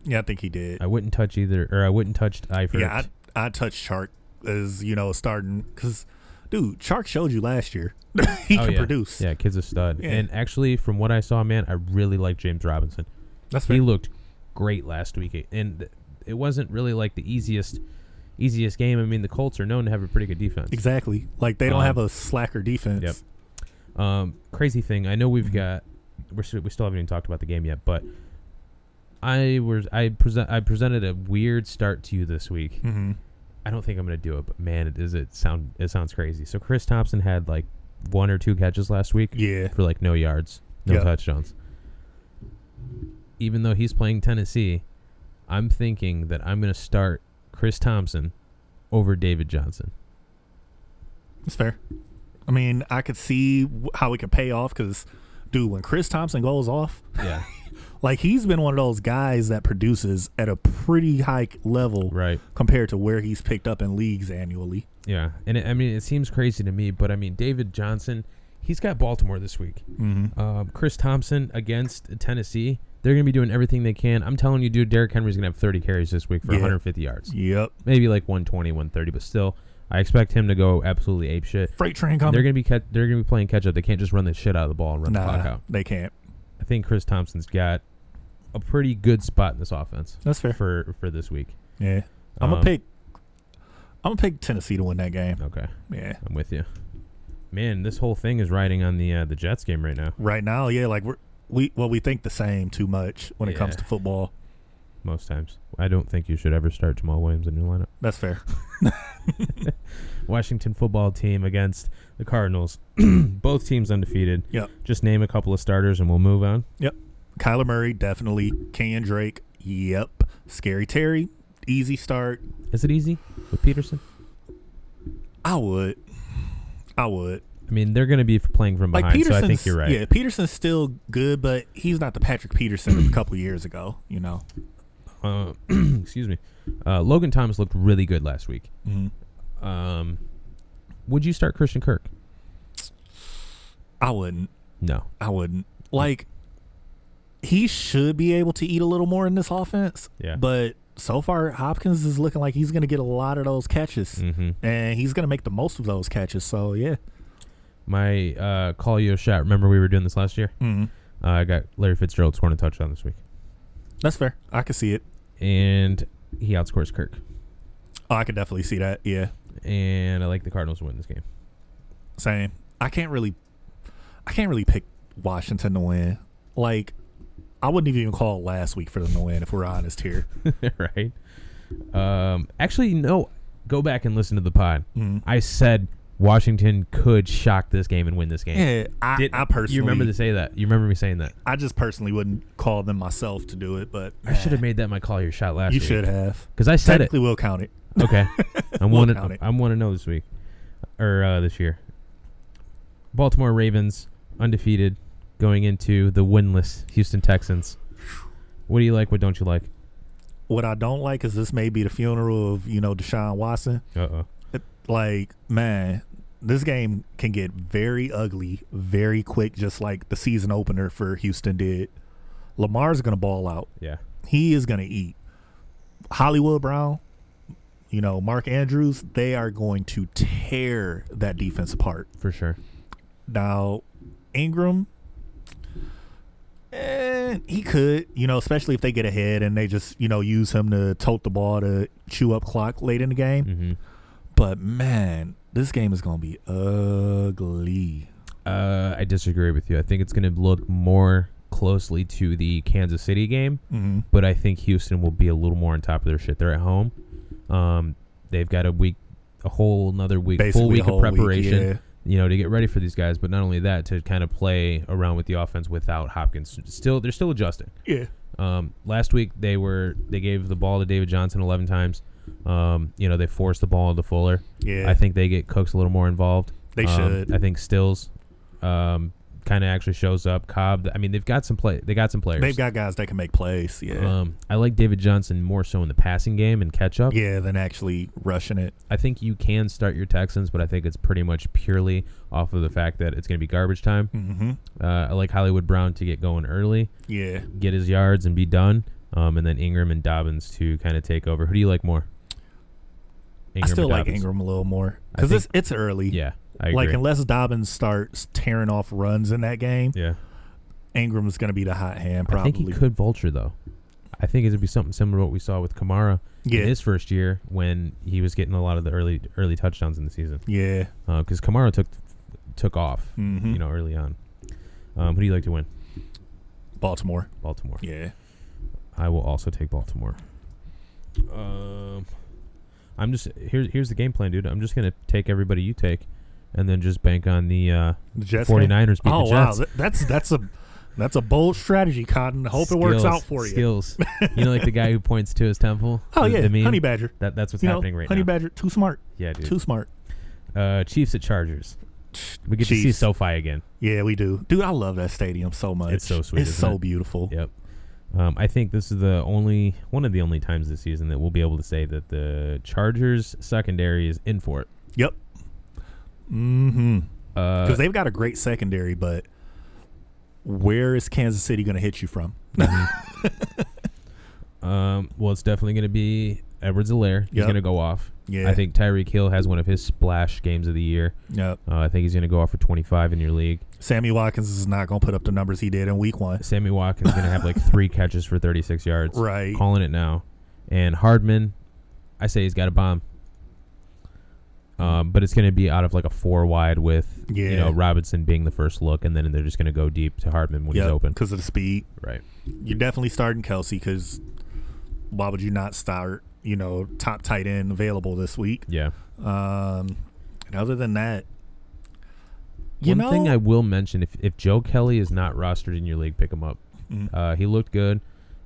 Yeah, I think he did.
I wouldn't touch either, or I wouldn't touch Eifert.
yeah, I, I touched Shark as you know starting because, dude, Shark showed you last year he
Oh,
can
yeah.
produce.
Yeah, kid's a stud.
Yeah.
And actually, from what I saw, man, I really like James Robinson.
that's
He
fair.
looked great last week, and th- it wasn't really like the easiest easiest game. I mean, the Colts are known to have a pretty good defense.
exactly. Like they don't
Um,
have a slacker defense.
yep. Um, crazy thing. I know
mm-hmm.
we've got we're s- we still haven't even talked about the game yet, but I was I present I presented a weird start to you this week.
Mm-hmm.
I don't think I'm gonna do it, but man, it is it sound it sounds crazy. So Chris Thompson had like one or two catches last week.
Yeah.
for like no yards, no
Yeah.
touchdowns. Even though he's playing Tennessee, I'm thinking that I'm going to start Chris Thompson over David Johnson.
That's fair. I mean, I could see w- how it could pay off because, dude, when Chris Thompson goes off,
Yeah.
like he's been one of those guys that produces at a pretty high level
right.
compared to where he's picked up in leagues annually.
Yeah. And it, I mean, it seems crazy to me, but I mean, David Johnson, he's got Baltimore this week.
Mm-hmm.
Um, Chris Thompson against Tennessee. They're going to be doing everything they can. I'm telling you, dude, Derrick Henry's going to have 30 carries this week for
Yeah.
150 yards.
Yep.
Maybe like 120, 130, but still, I expect him to go absolutely apeshit.
Freight train
They're
coming.
gonna be ca- they're gonna be playing catch up. They can't just run the shit out of the ball and run the clock
nah,
out.
they can't.
I think Chris Thompson's got a pretty good spot in this offense
That's fair.
for for this week.
Yeah.
Um,
I'm gonna pick. I'm gonna pick Tennessee to win that game.
Okay,
Yeah.
I'm with you. Man, this whole thing is riding on the uh, the Jets game right now.
Right now, yeah, like we're we well we think the same too much when it comes
Yeah.
to football.
Most times, I don't think you should ever start Jamal Williams in your lineup.
That's fair.
Washington football team against the Cardinals. Both teams undefeated.
Yep.
Just name a couple of starters and we'll move on.
Yep. Kyler Murray definitely. Kenyon Drake. Yep. Scary Terry. Easy start.
Is it easy with Peterson?
I would. I would.
I mean, they're going to be playing from behind, so I think you're right.
Yeah, Peterson's still good, but he's not the Patrick Peterson of a couple years ago. You know.
Uh, excuse me. Uh, Logan Thomas looked really good last week.
Mm-hmm.
Um, would you start Christian Kirk?
I wouldn't.
No.
I wouldn't. Like, he should be able to eat a little more in this offense.
Yeah.
But so far, Hopkins is looking like he's going to get a lot of those catches,
Mm-hmm.
and he's going to make the most of those catches. So yeah.
My uh, call you a shot. Remember we were doing this last year?
Mm-hmm.
Uh, I got Larry Fitzgerald scoring a touchdown this week,
That's fair. I could see it.
and he outscores Kirk.
Oh, I could definitely see that. Yeah.
And I like the Cardinals to win this game.
Same. I can't really, I can't really pick Washington to win. Like, I wouldn't even call it last week for them to win if we're honest here.
right? Um, actually, no. Go back and listen to the pod.
Mm-hmm.
I said Washington could shock this game and win this game.
Yeah, I,
Did-
I personally,
you remember to say that? You remember me saying that?
I just personally wouldn't call them myself to do it, but
I should have made that my call your shot last
Uh, You
week.
should have.
Because I said it.
Technically, we'll count it.
Okay. I'm
We'll
one.
count it.
I'm one to know this week, or uh, this year. Baltimore Ravens undefeated, going into the winless Houston Texans. What do you like? What don't you like?
What I don't like is this may be the funeral of you know Deshaun Watson.
Uh oh.
It- Like man, this game can get very ugly very quick, just like the season opener for Houston did. Lamar's gonna ball out.
Yeah.
He is gonna eat. Hollywood Brown, you know Mark Andrews, they are going to tear that defense apart.
For sure.
Now, Ingram, eh, he could, you know, especially if they get ahead and they just, you know, use him to tote the ball to chew up clock late in the game.
Mm-hmm.
But man, this game is going to be ugly.
Uh, I disagree with you. I think it's going to look more closely to the Kansas City game,
Mm-hmm.
but I think Houston will be a little more on top of their shit. They're at home. Um, they've got a week, a whole another week, full week of preparation, you know, to get ready for these guys. But not only that, to kind of play around with the offense without Hopkins. Still, they're still adjusting.
yeah. yeah.
Um, last week they were they gave the ball to David Johnson eleven times. Um, you know they forced the ball to Fuller.
Yeah.
I think they get Cooks a little more involved.
They
Um,
should.
I think Stills, um, kind of actually shows up. Cobb. I mean they've got some play. They got some players.
They've got guys that can make plays. Yeah.
Um, I like David Johnson more so in the passing game and catch up.
yeah, than actually rushing it.
I think you can start your Texans, but I think it's pretty much purely off of the fact that it's going to be garbage time.
Mm-hmm.
Uh, I like Hollywood Brown to get going early.
Yeah.
get his yards and be done. Um, and then Ingram and Dobbins to kind of take over. Who do you like more? Ingram or
I still like
Dobbins?
Ingram a little more
I
because
think-
it's it's early.
Yeah, I agree.
Like unless Dobbins starts tearing off runs in that game,
yeah,
Ingram's going to be the hot hand
I think
probably.
he could vulture though. I think it'd be something similar to what we saw with Kamara
yeah.
in his first year when he was getting a lot of the early early touchdowns in the season.
yeah.
Because Kamara took took off,
Mm-hmm.
you know, early on. Um, who do you like to win?
Baltimore.
Baltimore.
Yeah.
I will also take Baltimore. Um, I'm just here's here's the game plan, dude. I'm just gonna take everybody you take, and then just bank on the uh,
The Jets. game?
49ers beat
Oh
the
wow,
Jets.
Th- that's that's a that's a bold strategy, Cotton. Hope it works out for you.
Skills. you know, like the guy who points to his temple.
Oh
The-
yeah,
the meme?
honey badger.
That that's what's
you
happening
know,
right
honey
now.
badger, too smart,
yeah, dude.
too smart.
Uh, Chiefs at Chargers. We get to see
Chiefs.
SoFi again.
Yeah, we do, dude. I love that stadium so much.
It's so sweet,
It's
isn't
so
it?
beautiful.
Yep. Um, I think this is the only one of the only times this season that we'll be able to say that the Chargers secondary is in for it.
Yep. Mm-hmm.
Uh,
Because they've got a great secondary, but where is Kansas City going to hit you from?
Um, well, it's definitely going to be Edwards Alaire. He's
Yep.
going to go off.
Yeah.
I think Tyreek Hill has one of his splash games of the year.
Yep.
Uh, I think he's going to go off for 25 in your league.
Sammy Watkins is not going to put up the numbers he did in Week One.
Sammy Watkins going to have like three catches for 36 yards.
Right.
Calling it now. And Hardman, I say he's got a bomb. Um, but it's going to be out of like a four wide with you
Yeah.
know Robinson being the first look, and then they're just going to go deep to Hardman when he's open.
because of the speed.
Right.
You're definitely starting Kelsey because why would you not start? You know, top tight end available this week.
Yeah.
Um, and other than that, you
One
know,
thing I will mention: if, if Joe Kelly is not rostered in your league, pick him up.
Mhm.
Uh, he looked good,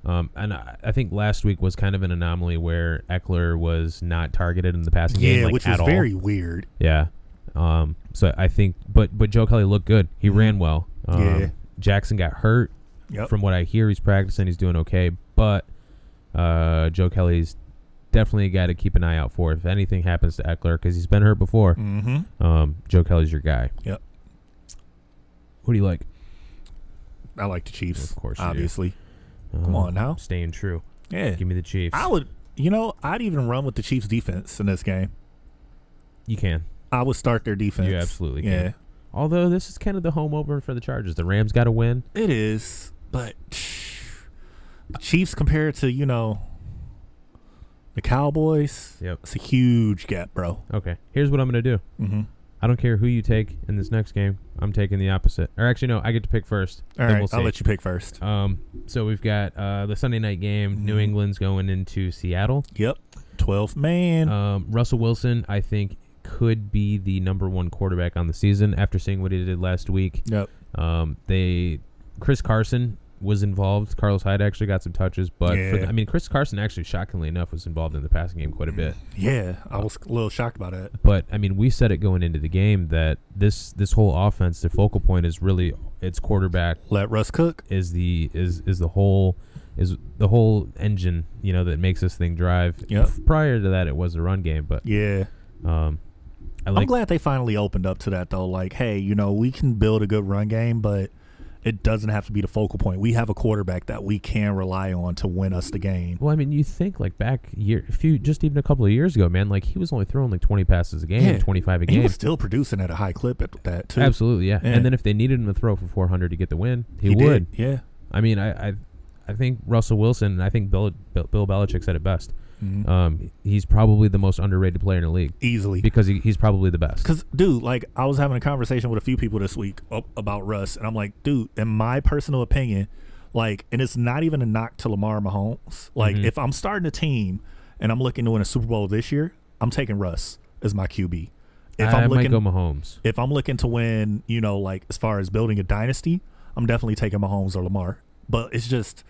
um, and I, I think last week was kind of an anomaly where Eckler was not targeted in the passing game,
yeah,
like,
which
at
was
all.
very weird.
yeah. Um, so I think, but but Joe Kelly looked good. He ran well. Um,
Mm-hmm. Yeah. Oh.
Jackson got hurt.
Yep.
From what I hear, he's practicing. He's doing okay, but uh, Joe Kelly's definitely a guy to keep an eye out for if anything happens to Eckler because he's been hurt before.
mm-hmm.
Um, Joe Kelly's your guy.
Yep.
Who do you like?
I like the Chiefs,
Of course you do.
obviously. Come on now.
Uh-huh. Staying true.
Yeah,
Give me the Chiefs.
I would. You know, I'd even run with the Chiefs defense in this game.
you can.
I would start their defense.
You absolutely
yeah.
can. Although this is kind of the home opener for the Chargers. The Rams got to win.
It is, but the Chiefs compared to you know the Cowboys,
Yep.
it's a huge gap, bro.
Okay. Here's what I'm going to do.
Mm-hmm.
I don't care who you take in this next game. I'm taking the opposite. Or actually, no, I get to pick first.
All
then
right,
we'll see.
I'll let you pick first.
Um, so we've got uh, the Sunday night game. New
Mhm.
England's going into Seattle.
Yep, twelve man.
Um, Russell Wilson, I think, could be the number one quarterback on the season after seeing what he did last week.
yep.
Um, they Chris Carson was involved. Carlos Hyde actually got some touches, but for
Yeah.
the, I mean, Chris Carson actually, shockingly enough, was involved in the passing game quite a bit.
Yeah, I was a little shocked by that.
But I mean, we said it going into the game that this this whole offense, the focal point is really its quarterback
Let Russ cook.
is the is is the whole is the whole engine you know that makes this thing drive.
Yep.
Prior to that, it was a run game, but
Yeah,
um, I
I'm
like
glad they finally opened up to that though. Like, hey, you know, we can build a good run game, but it doesn't have to be the focal point. We have a quarterback that we can rely on to win us the game.
Well, I mean, you think like back year, a few, just even a couple of years ago, man. Like he was only throwing like twenty passes a game,
Yeah.
twenty five a
And he
game.
was still producing at a high clip at that too.
Absolutely, yeah.
Yeah.
And then if they needed him to throw for four hundred to get the win, he,
He did,
would.
Yeah.
I mean, I, I, I think Russell Wilson. and I think Bill, Bill Bill Belichick said it best.
Mm-hmm.
um, he's probably the most underrated player in the league
easily.
because he, he's probably the best.
Because, dude, like, I was having a conversation with a few people this week a- about Russ, and I'm like, dude, in my personal opinion, like, and it's not even a knock to Lamar Mahomes. Like,
Mm-hmm.
if I'm starting a team and I'm looking to win a Super Bowl this year, I'm taking Russ as my QB. If
I
am
might
looking,
go Mahomes.
if I'm looking to win, you know, like as far as building a dynasty, I'm definitely taking Mahomes or Lamar. But it's just,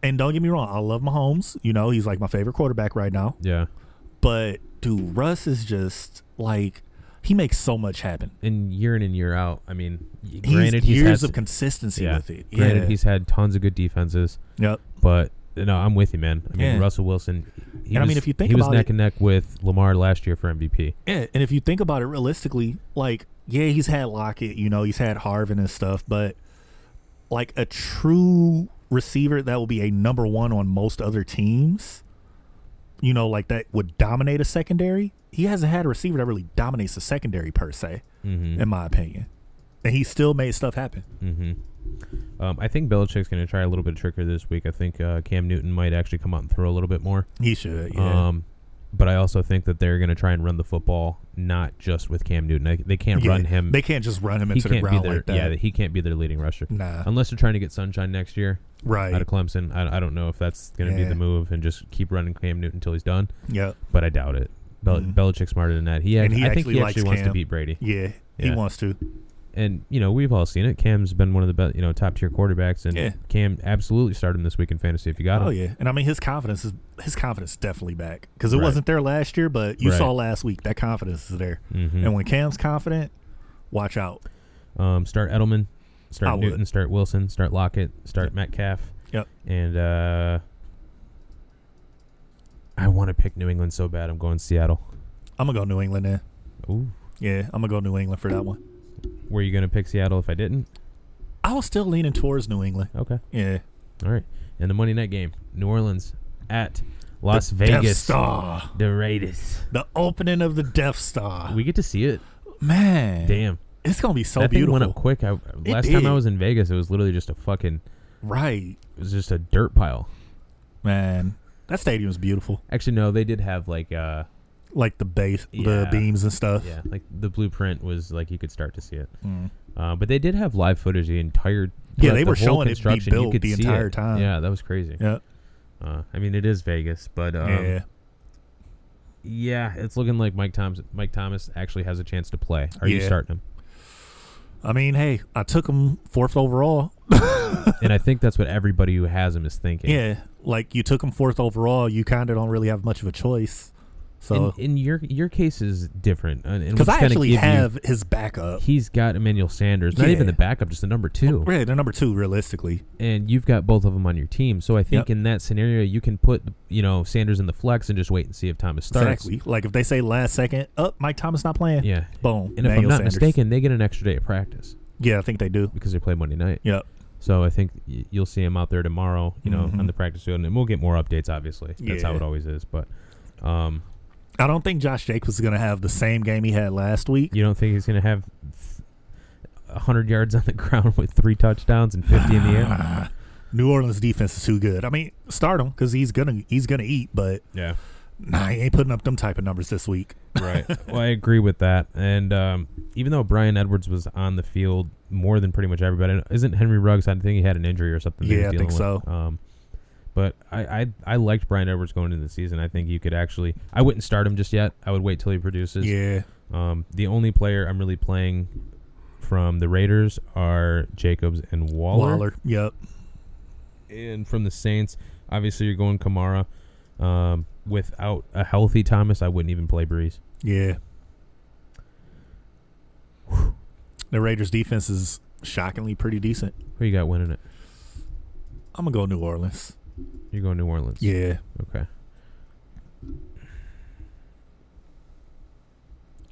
and don't get me wrong, I love Mahomes. You know, he's like my favorite quarterback right now.
Yeah,
But dude, Russ is just like he makes so much happen.
and year in and year out. I mean, y-
He's
granted he's
years
had,
of consistency
yeah,
with it.
Granted
yeah.
he's had tons of good defenses,
yep.
but no, I'm with you, man. I mean,
Yeah.
Russell Wilson. He
And I
was,
mean, if you think
he was
about
neck
it-
and neck with Lamar last year for MVP.
Yeah, and if you think about it realistically, like yeah, he's had Lockett, you know, he's had Harvin and stuff, but like a true receiver that will be a number one on most other teams, you know, like that would dominate a secondary. He hasn't had a receiver that really dominates the secondary per se,
Mm-hmm.
in my opinion, and he still made stuff happen.
Mm-hmm. Um, I think Belichick's going to try a little bit of trickery this week. I think uh, Cam Newton might actually come out and throw a little bit more.
He should, yeah.
Um, but I also think that they're going to try and run the football, not just with Cam Newton. They, they can't
Yeah,
run him.
They can't just run him
he
into the
can't be
ground
their
like that.
yeah. He can't be their leading rusher
Nah.
unless they're trying to get Sunshine next year out
right.
of Clemson. I, I don't know if that's going to be
Yeah.
the move and just keep running Cam Newton until he's done.
Yeah.
But I doubt it. Bel-
Mhm.
Belichick's smarter than that. He,
And
act-
he
I think
actually
he
likes
actually wants to
Cam.
beat Brady.
Yeah. He
Yeah.
wants to.
And you know we've all seen it. Cam's been one of the best, you know, top tier quarterbacks, and
Yeah.
Cam absolutely started him this week in fantasy. If you got him,
Oh yeah, and I mean his confidence is his confidence is definitely back because it
Right.
wasn't there last year, but you
Right.
saw last week that confidence is there.
Mhm.
And when Cam's confident, watch out.
Um, start Edelman,
I
start
would.
Newton, start Wilson, start Lockett, start Metcalf.
Yep.
And uh, I want to pick New England so bad. I'm going Seattle.
I'm gonna go New England then.
Ooh.
Yeah, I'm gonna go New England for that one.
Were you going to pick Seattle if I didn't?
I was still leaning towards New England.
Okay.
Yeah,
All right. And the Monday night game, New Orleans at Las
Death
Vegas.
Star,
The Raiders.
the opening of the Death Star.
We get to see it.
Man,
Damn.
it's gonna be so
that
beautiful.
thing went up quick. I, last time I
did.
was in Vegas, it was literally just a fucking,
Right,
it was just a dirt pile.
man, that stadium's beautiful.
Actually, no, they did have like, uh,
Like the base, the
Yeah.
beams and stuff.
yeah, like the blueprint was like you could start to see it.
Mm.
Uh, but they did have live footage the entire
Yeah,
throughout
they
the
were
whole
showing it be
construction. You
built
could
the
see
entire
it.
time.
Yeah, that was crazy.
Yeah,
Uh, I mean, it is Vegas, but um,
yeah.
yeah. it's looking like Mike Thomas. Mike Thomas actually has a chance to play. Are you
Yeah.
starting him?
I mean, hey, I took him fourth overall.
and I think that's what everybody who has him is thinking.
Yeah, like you took him fourth overall. You kind of don't really have much of a choice. So,
In, in your your case is different, and and
because
we're
I
just gonna
actually
give you-
have his backup.
he's got Emmanuel Sanders, not even
Yeah.
the backup, just the number two,
Yeah, they're number two realistically.
and you've got both of them on your team. So I think
Yep.
in that scenario, you can put you know Sanders in the flex and just wait and see if Thomas starts.
Exactly. Like if they say last second, up, Mike Thomas not playing.
Yeah,
Boom.
And if I'm
Emmanuel
not
Sanders.
mistaken, they get an extra day of practice
yeah, I think they do.
because they play Monday night.
Yep.
So I think y- you'll see him out there tomorrow, you know,
Mhm.
on the practice field, and we'll get more updates. Obviously, that's how
Yeah.
it always is. But um,
I don't think Josh Jacobs is gonna have the same game he had last week.
you don't think he's going to have th- hundred yards on the ground with three touchdowns and fifty in the air?
Ah. New Orleans defense is too good. I mean, start him because he's gonna he's gonna eat, but
Yeah,
nah, he ain't putting up them type of numbers this week.
right. well, I agree with that. And um, even though Brian Edwards was on the field more than pretty much everybody, isn't Henry Ruggs? I think he had an injury or something. that he
Yeah,
was
I think
dealing with.
so.
Um, but I, I I liked Brian Edwards going into the season. I think you could actually. I wouldn't start him just yet. I would wait till he produces.
Yeah.
Um, the only player I'm really playing from the Raiders are Jacobs and Waller,
Waller. Yep.
and from the Saints, obviously you're going Kamara. Um, without a healthy Thomas, I wouldn't even play Breeze.
Yeah. The Raiders defense is shockingly pretty decent.
Who you got winning it?
I'm gonna go New Orleans.
You're going New Orleans.
Yeah.
Okay.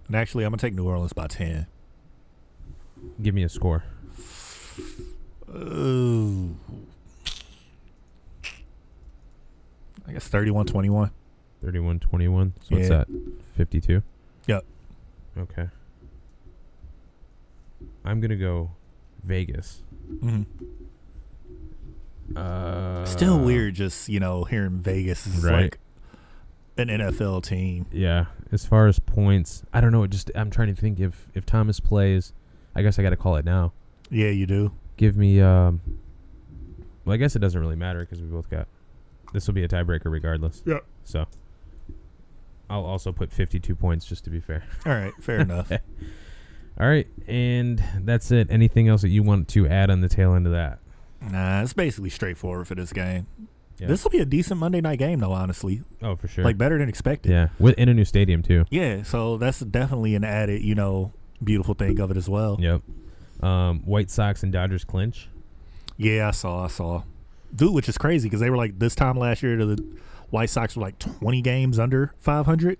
And actually I'm gonna take New Orleans by ten.
Give me a score.
Ooh. I guess 31-21.
31-21. So what's
Yeah.
that? 52?
Yep.
Okay. I'm going to go Vegas.
Mhm.
Uh,
Still weird just, you know, here in Vegas is
Right.
like an NFL team.
Yeah, as far as points, I don't know. It just I'm trying to think if if Thomas plays, I guess I got to call it now.
Yeah, you do.
Give me. Um, well, I guess it doesn't really matter because we both got. This will be a tiebreaker regardless.
Yeah.
So. I'll also put 52 points just to be fair.
All right, fair enough.
All right, and that's it. Anything else that you want to add on the tail end of that?
Nah, it's basically straightforward for this game.
Yeah.
This will be a decent Monday night game, though. Honestly,
Oh, for sure.
like better than expected.
yeah, with in a new stadium too.
Yeah, so that's definitely an added, you know, beautiful thing of it as well.
Yep. Um, White Sox and Dodgers clinch.
Yeah, I saw, I saw. Dude, which is crazy because they were like this time last year, the White Sox were like 20 games under 500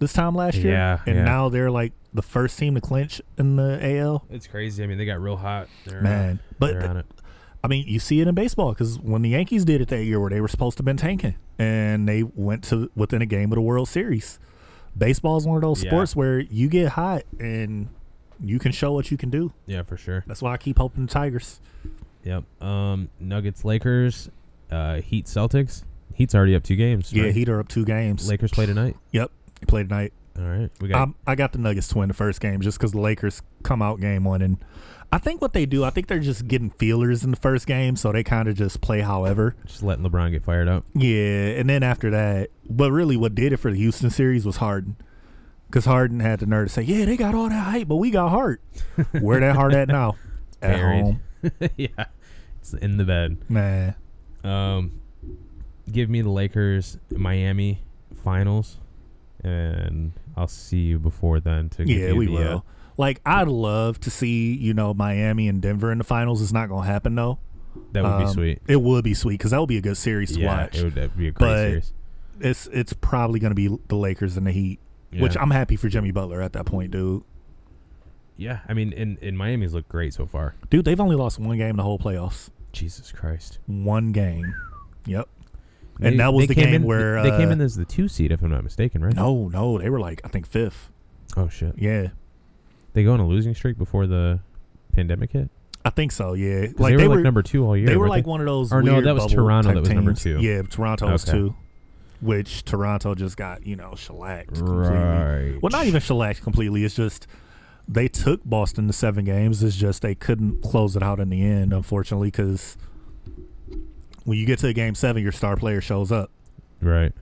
this time last year.
Yeah,
And
yeah.
now they're like the first team to clinch in the AL.
It's crazy. I mean, they got real hot. They're uh,
Man. But
they're on it.
I mean, you see it in baseball because when the Yankees did it that year, where they were supposed to have been tanking and they went to within a game of the World Series. Baseball is one of those
Yeah.
sports where you get hot and you can show what you can do.
Yeah, for sure.
That's why I keep hoping the Tigers.
Yep. Um, Nuggets, Lakers, uh, Heat, Celtics. Heat's already up two games.
Yeah,
right?
Heat are up two games.
Lakers play tonight.
Yep, they play tonight.
All right, we got.
Um, I got the Nuggets to win the first game just because the Lakers come out game one, and I think what they do, I think they're just getting feelers in the first game, so they kind of just play however.
just letting LeBron get fired up.
Yeah, and then after that, but really, what did it for the Houston series was Harden, because Harden had the nerve to say, "Yeah, they got all that hype, but we got heart. Where that heart at now? at
Buried.
home,
yeah, it's in the bed.
man.
Um, give me the Lakers, Miami finals, and I'll see you before then. To give
Yeah,
you
we
the, uh,
will. Like, I'd love to see you know Miami and Denver in the finals. It's not gonna happen though.
that would be
Um,
sweet.
It would be sweet because that would be a good series to
yeah,
watch.
it would that'd be a great
But-
series.
it's it's probably going to be the Lakers and the Heat,
Yeah.
which I'm happy for Jimmy Butler at that point, dude.
Yeah, I mean, and, and Miami's looked great so far.
Dude, they've only lost one game the whole playoffs.
Jesus Christ!
One game. Yep.
They-
And that was
they
the
came
game
in-
where
they came
uh,
in as the two seed, if I'm not mistaken, right?
No, no, they were like I think fifth.
Oh shit!
Yeah,
They go on a losing streak before the pandemic hit.
I think so. Yeah,
'Cause they were, like number two all year.
they were
weren't
like one of those.
Or no,
weird
that was
bubble
Toronto
type
that was number
teams.
two.
Yeah, Toronto was
Okay.
two, which Toronto just got you know shellacked completely.
right?
Well, not even shellacked completely. It's just they took Boston to seven games. It's just they couldn't close it out in the end, unfortunately, because when you get to a game seven, your star player shows up.
right.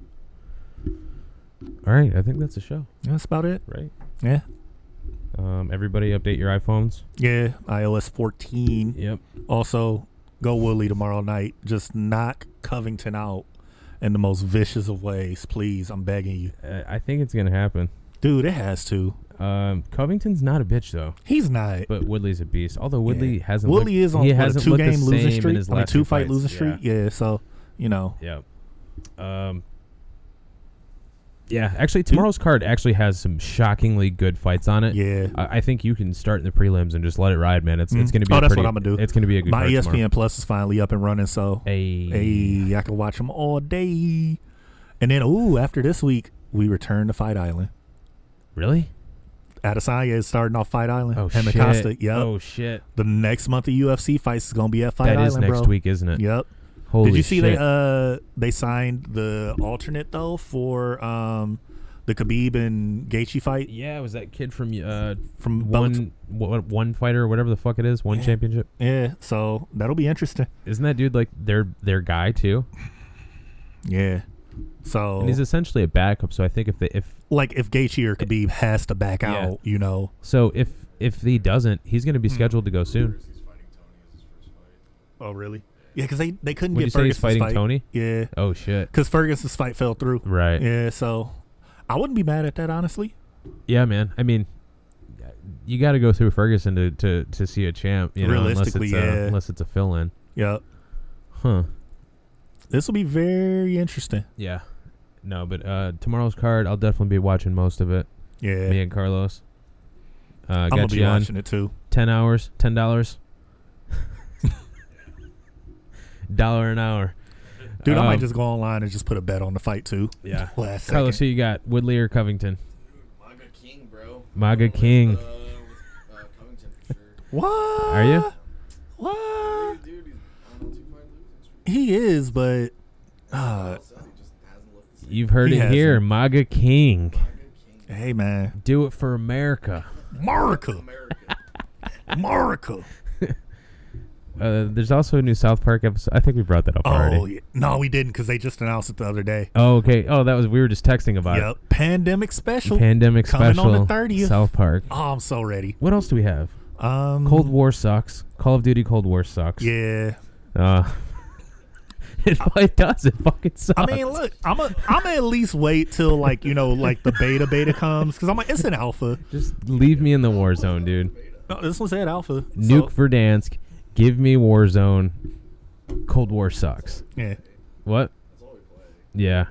All right, I think that's a show,
That's about it.
right?
Yeah.
Um, everybody, update your iPhones.
Yeah. iOS 14.
Yep.
Also, go Woolly tomorrow night. Just knock Covington out in the most vicious of ways, please. I'm begging you.
Uh, I think it's gonna happen.
Dude, it has to.
Um, Covington's not a bitch though,
He's not.
but Woodley's a beast. Although Woodley
Yeah.
hasn't.
Woolly
looked-
is on
he
what,
hasn't
a two
looked the
game
same
losing
in
streak.
his
I mean,
last two
two fight
fights.
losing streak.
Yeah.
yeah so, you know.
Yep. Um. Yeah, actually, tomorrow's card actually has some shockingly good fights on it.
Yeah.
I, I think you can start in the prelims and just let it ride, man. It's it's
Mhm.
gonna be.
Oh,
a
that's what
pretty-
I'ma do.
It's gonna be a good.
My E
card
ESPN
tomorrow.
Plus is finally up and running, so
Hey.
hey, I can watch them all day. And then, ooh, after this week, we return to Fight Island.
Really?
Adesanya is starting off Fight Island.
Oh
and
shit.
Acosta, yep.
Oh shit.
The next month of UFC fights is gonna be at Fight
That
Island,
is next
bro.
week, isn't it?
Yep.
Holy
Did you see
shit.
they uh they signed the alternate though for um the Khabib and Gaethje fight
yeah, it was that kid from uh
from Bellat-
one wha- one fighter or whatever the fuck it is, one
Yeah.
championship.
Yeah, so that'll be interesting.
Isn't that dude like their their guy too?
Yeah. So
And he's essentially a backup. So I think if they, if
like if Gaethje or Khabib has to back
Yeah.
out, you know,
so if if he doesn't, he's going to be scheduled to go soon.
Oh, really? Yeah, because they, they couldn't
Would you
get
say he's
Ferguson's
fighting
fight.
Tony?
Yeah,
Oh shit!
because Ferguson's fight fell through.
Right. Yeah.
Yeah, so I wouldn't be mad at that, honestly.
man. I mean, you got to go through Ferguson to, to to see a champ. You know,
Realistically,
unless it's a,
yeah.
unless it's a fill in.
Yeah,
Huh.
this will be very interesting.
Yeah. No, but uh, tomorrow's card, I'll definitely be watching most of it.
Yeah,
Me and Carlos. Uh,
I'm gonna
got
be
you on.
watching it too.
ten hours, ten dollars, dollar an hour.
Dude, I
Um,
might just go online and just put a bet on the fight too.
Yeah.
last second.
Carlos, who you got? Woodley or Covington?
Maga King, bro.
Maga
I'm going with,
King.
Uh, with, uh, Covington for sure.
what?
Are you?
What?
Dude, he's on a two-fight losing streak.
He is, but uh,
He just hasn't left the
You've heard
He
it
hasn't.
here, MAGA King.
Hey man,
Do it for America.
America,
America.
America.
Uh, there's also a new South Park episode. I think we brought that up already.
Oh yeah. no, we didn't because they just announced it the other day.
Oh, okay. Oh, that was we were just texting about
Yep, pandemic special.
it. Pandemic
Coming
special.
on the 30th.
South Park.
oh, I'm so ready.
What else do we have?
Um,
Cold War sucks. Call of Duty Cold War sucks.
Yeah,
Uh, it, it does. It fucking sucks.
I mean, look, I'm a, I'm gonna at least wait till like you know like the beta beta comes because I'm like it's an alpha.
Just leave me in the war zone, dude.
No, this one said alpha. so-
Nuke Verdansk. Give me war zone. Cold War sucks.
yeah,
What? Yeah.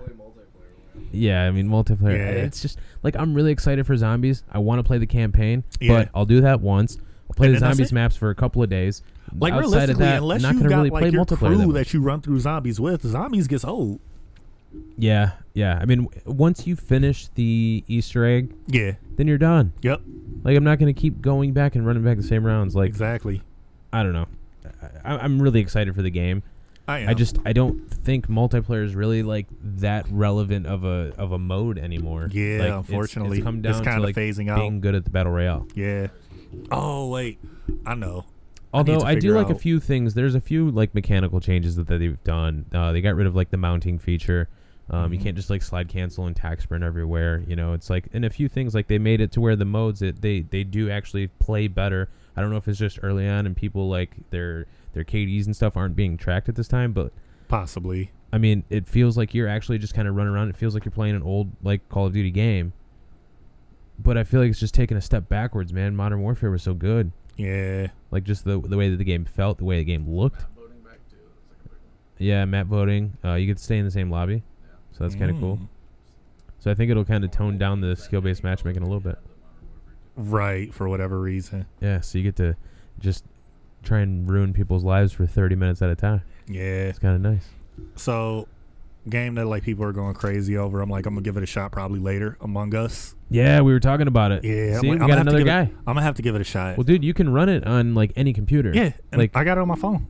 Yeah, I mean multiplayer.
Yeah.
It's just like I'm really excited for zombies. I want to play the campaign,
Yeah.
but I'll do that once. I'll play
And
the
then that's
zombies
it.
maps for a couple of days.
like
Outside of
realistically,
that,
unless
not
you
gonna
got
really play
like your
multiplayer that
crew
much.
that you run through zombies with, zombies gets old.
Yeah, yeah. I mean, w- once you finish the Easter egg,
Yeah,
then you're done.
yep,
Like I'm not gonna keep going back and running back the same rounds. Like
exactly.
I don't know. I, I'm really excited for the game.
I am.
I just I don't think multiplayer is really like that relevant of a of a mode anymore.
Yeah,
Like, it's-
unfortunately.
it's, come
It's
down to
kinda
like
phasing out.
being good at the battle royale.
yeah. Oh wait, I know. need
Although
to
I, do
figure
like a
out-
few things. There's a few like mechanical changes that they've done. Uh, they got rid of like the mounting feature. Um,
Mm-hmm.
You can't just like slide cancel and tax burn everywhere. You know, it's like and a few things like they made it to where the modes that they they do actually play better. I don't know if it's just early on and people like their their KDs and stuff aren't being tracked at this time, but
Possibly.
I mean, it feels like you're actually just kind of running around. It feels like you're playing an old like Call of Duty game. But I feel like it's just taking a step backwards, man. Modern Warfare was so good.
Yeah.
Like just the the way that the game felt, the way the game looked.
Voting back too. It's like a big one.
Yeah, map voting. Uh, you could stay in the same lobby, so that's kind of cool.
Mm.
So I think it'll kind of tone down the skill based matchmaking a little bit.
Right. For whatever reason.
Yeah, so you get to just try and ruin people's lives for 30 minutes at a time.
Yeah.
It's kind of nice.
So, game that like people are going crazy over. I'm like, I'm gonna give it a shot probably later. Among Us.
Yeah, we were talking about it. See,
Yeah. I'm like,
we
I'm
got
gonna have to
another
give it-
guy.
I'm gonna have to give it a shot.
Well, dude, you can run it on like any computer.
yeah. And
like
I got it on my phone.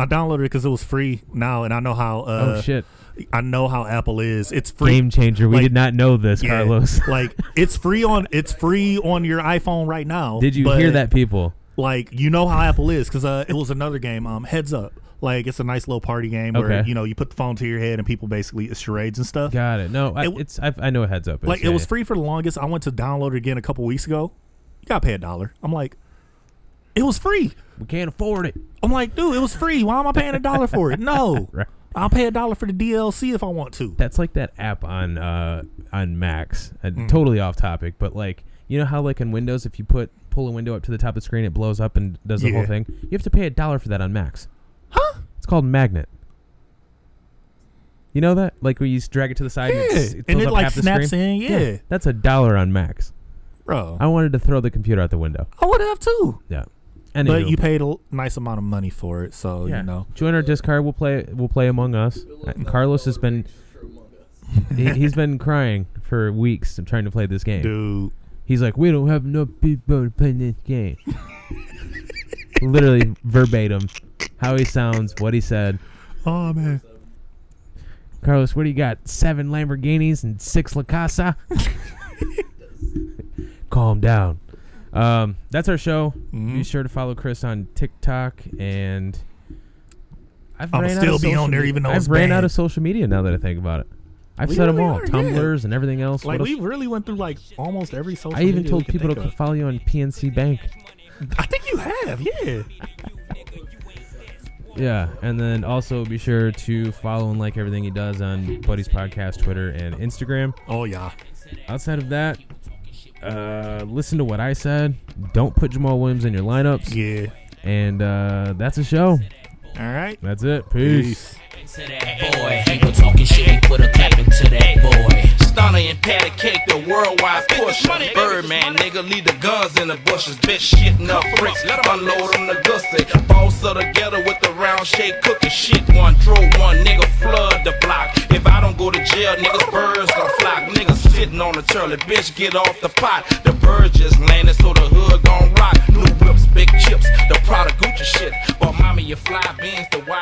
I downloaded it because it was free now, and I know how. Uh,
oh shit,
I know how Apple is. It's free.
game changer. We
like-
did not know this,
Yeah,
Carlos.
like it's free on it's free on your iPhone right now.
did you
but-
hear that, people?
like you know how Apple is because uh, it was another game. Um, Heads Up, like it's a nice little party game where
Okay.
you know you put the phone to your head and people basically it's charades and stuff.
Got it. No, I,
It w-
it's I, I know a heads up.
like
It's-
it was
yeah.
free for the longest. I went to download it again a couple weeks ago. You gotta pay a dollar. I'm like, it was free.
We can't afford it.
I'm like, dude, it was free. Why am I paying a dollar for it? No,
Right.
I'll pay a dollar for the DLC if I want to.
That's like that app on uh on Macs. Uh,
Mm-hmm.
Totally off topic, but like you know how like in Windows, if you put pull a window up to the top of the screen, it blows up and does the whole
Yeah.
thing. You have to pay a dollar for that on Macs. Huh? It's called Magnet. You know that? Like when you just drag it to the side, and,
Yeah,
it's, it
and
fills
it,
up
like,
half the
snaps
screen.
in, yeah.
that's a dollar on Macs.
Bro,
I wanted to throw the computer out the window.
I would have too.
Yeah. And
But you paid a l- nice amount of money for it, so you know.
Join our Discord. We'll play. We'll play Among Us. Uh, Carlos has been
For Among Us.
he, he's been crying for weeks trying to play this game.
Dude,
He's like, we don't have enough people to play this game. Literally verbatim, how he sounds, what he said.
oh man,
Carlos, what do you got? Seven Lamborghinis and six La Casa. Calm down. Um, that's our show.
Mm-hmm.
Be sure to follow Chris on TikTok and. I've
I'ma
ran out
still
of
be
social
on there
me-
even though
I've
it's
ran out
banned.
of social media now that I think about it. I've
We
said them
really
all,
are, yeah.
Tumblers and everything else.
like
What
we
else?
really went through like almost every social.
I even
media
told
we could
people
think
to
of.
follow you on PNC Bank.
I think you have, yeah.
Yeah, and then also be sure to follow and like everything he does on Buddy's podcast, Twitter, and Instagram.
Oh yeah.
Outside of that, uh, listen to what I said. Don't put Jamal Williams in your lineups.
Yeah.
And uh, that's a show.
All right.
That's it. Peace.
Peace.
to that boy. Ain't no talking shit, we put a cap into that boy.
Stunner and patty cake, the worldwide pusher. Birdman, nigga, leave the guns in the bushes. Bitch, shitting up bricks. Let 'em unload on the gussy. Boss of the ghetto with the round shake cooking shit. One throw one, nigga, flood the block. If I don't go to jail, niggas, birds gon' flock. Niggas sitting on the toilet, bitch, get off the pot. The bird just landed, so the hood gon' rock. New whips, big chips, the product Gucci shit. But mommy, you fly beans, the white.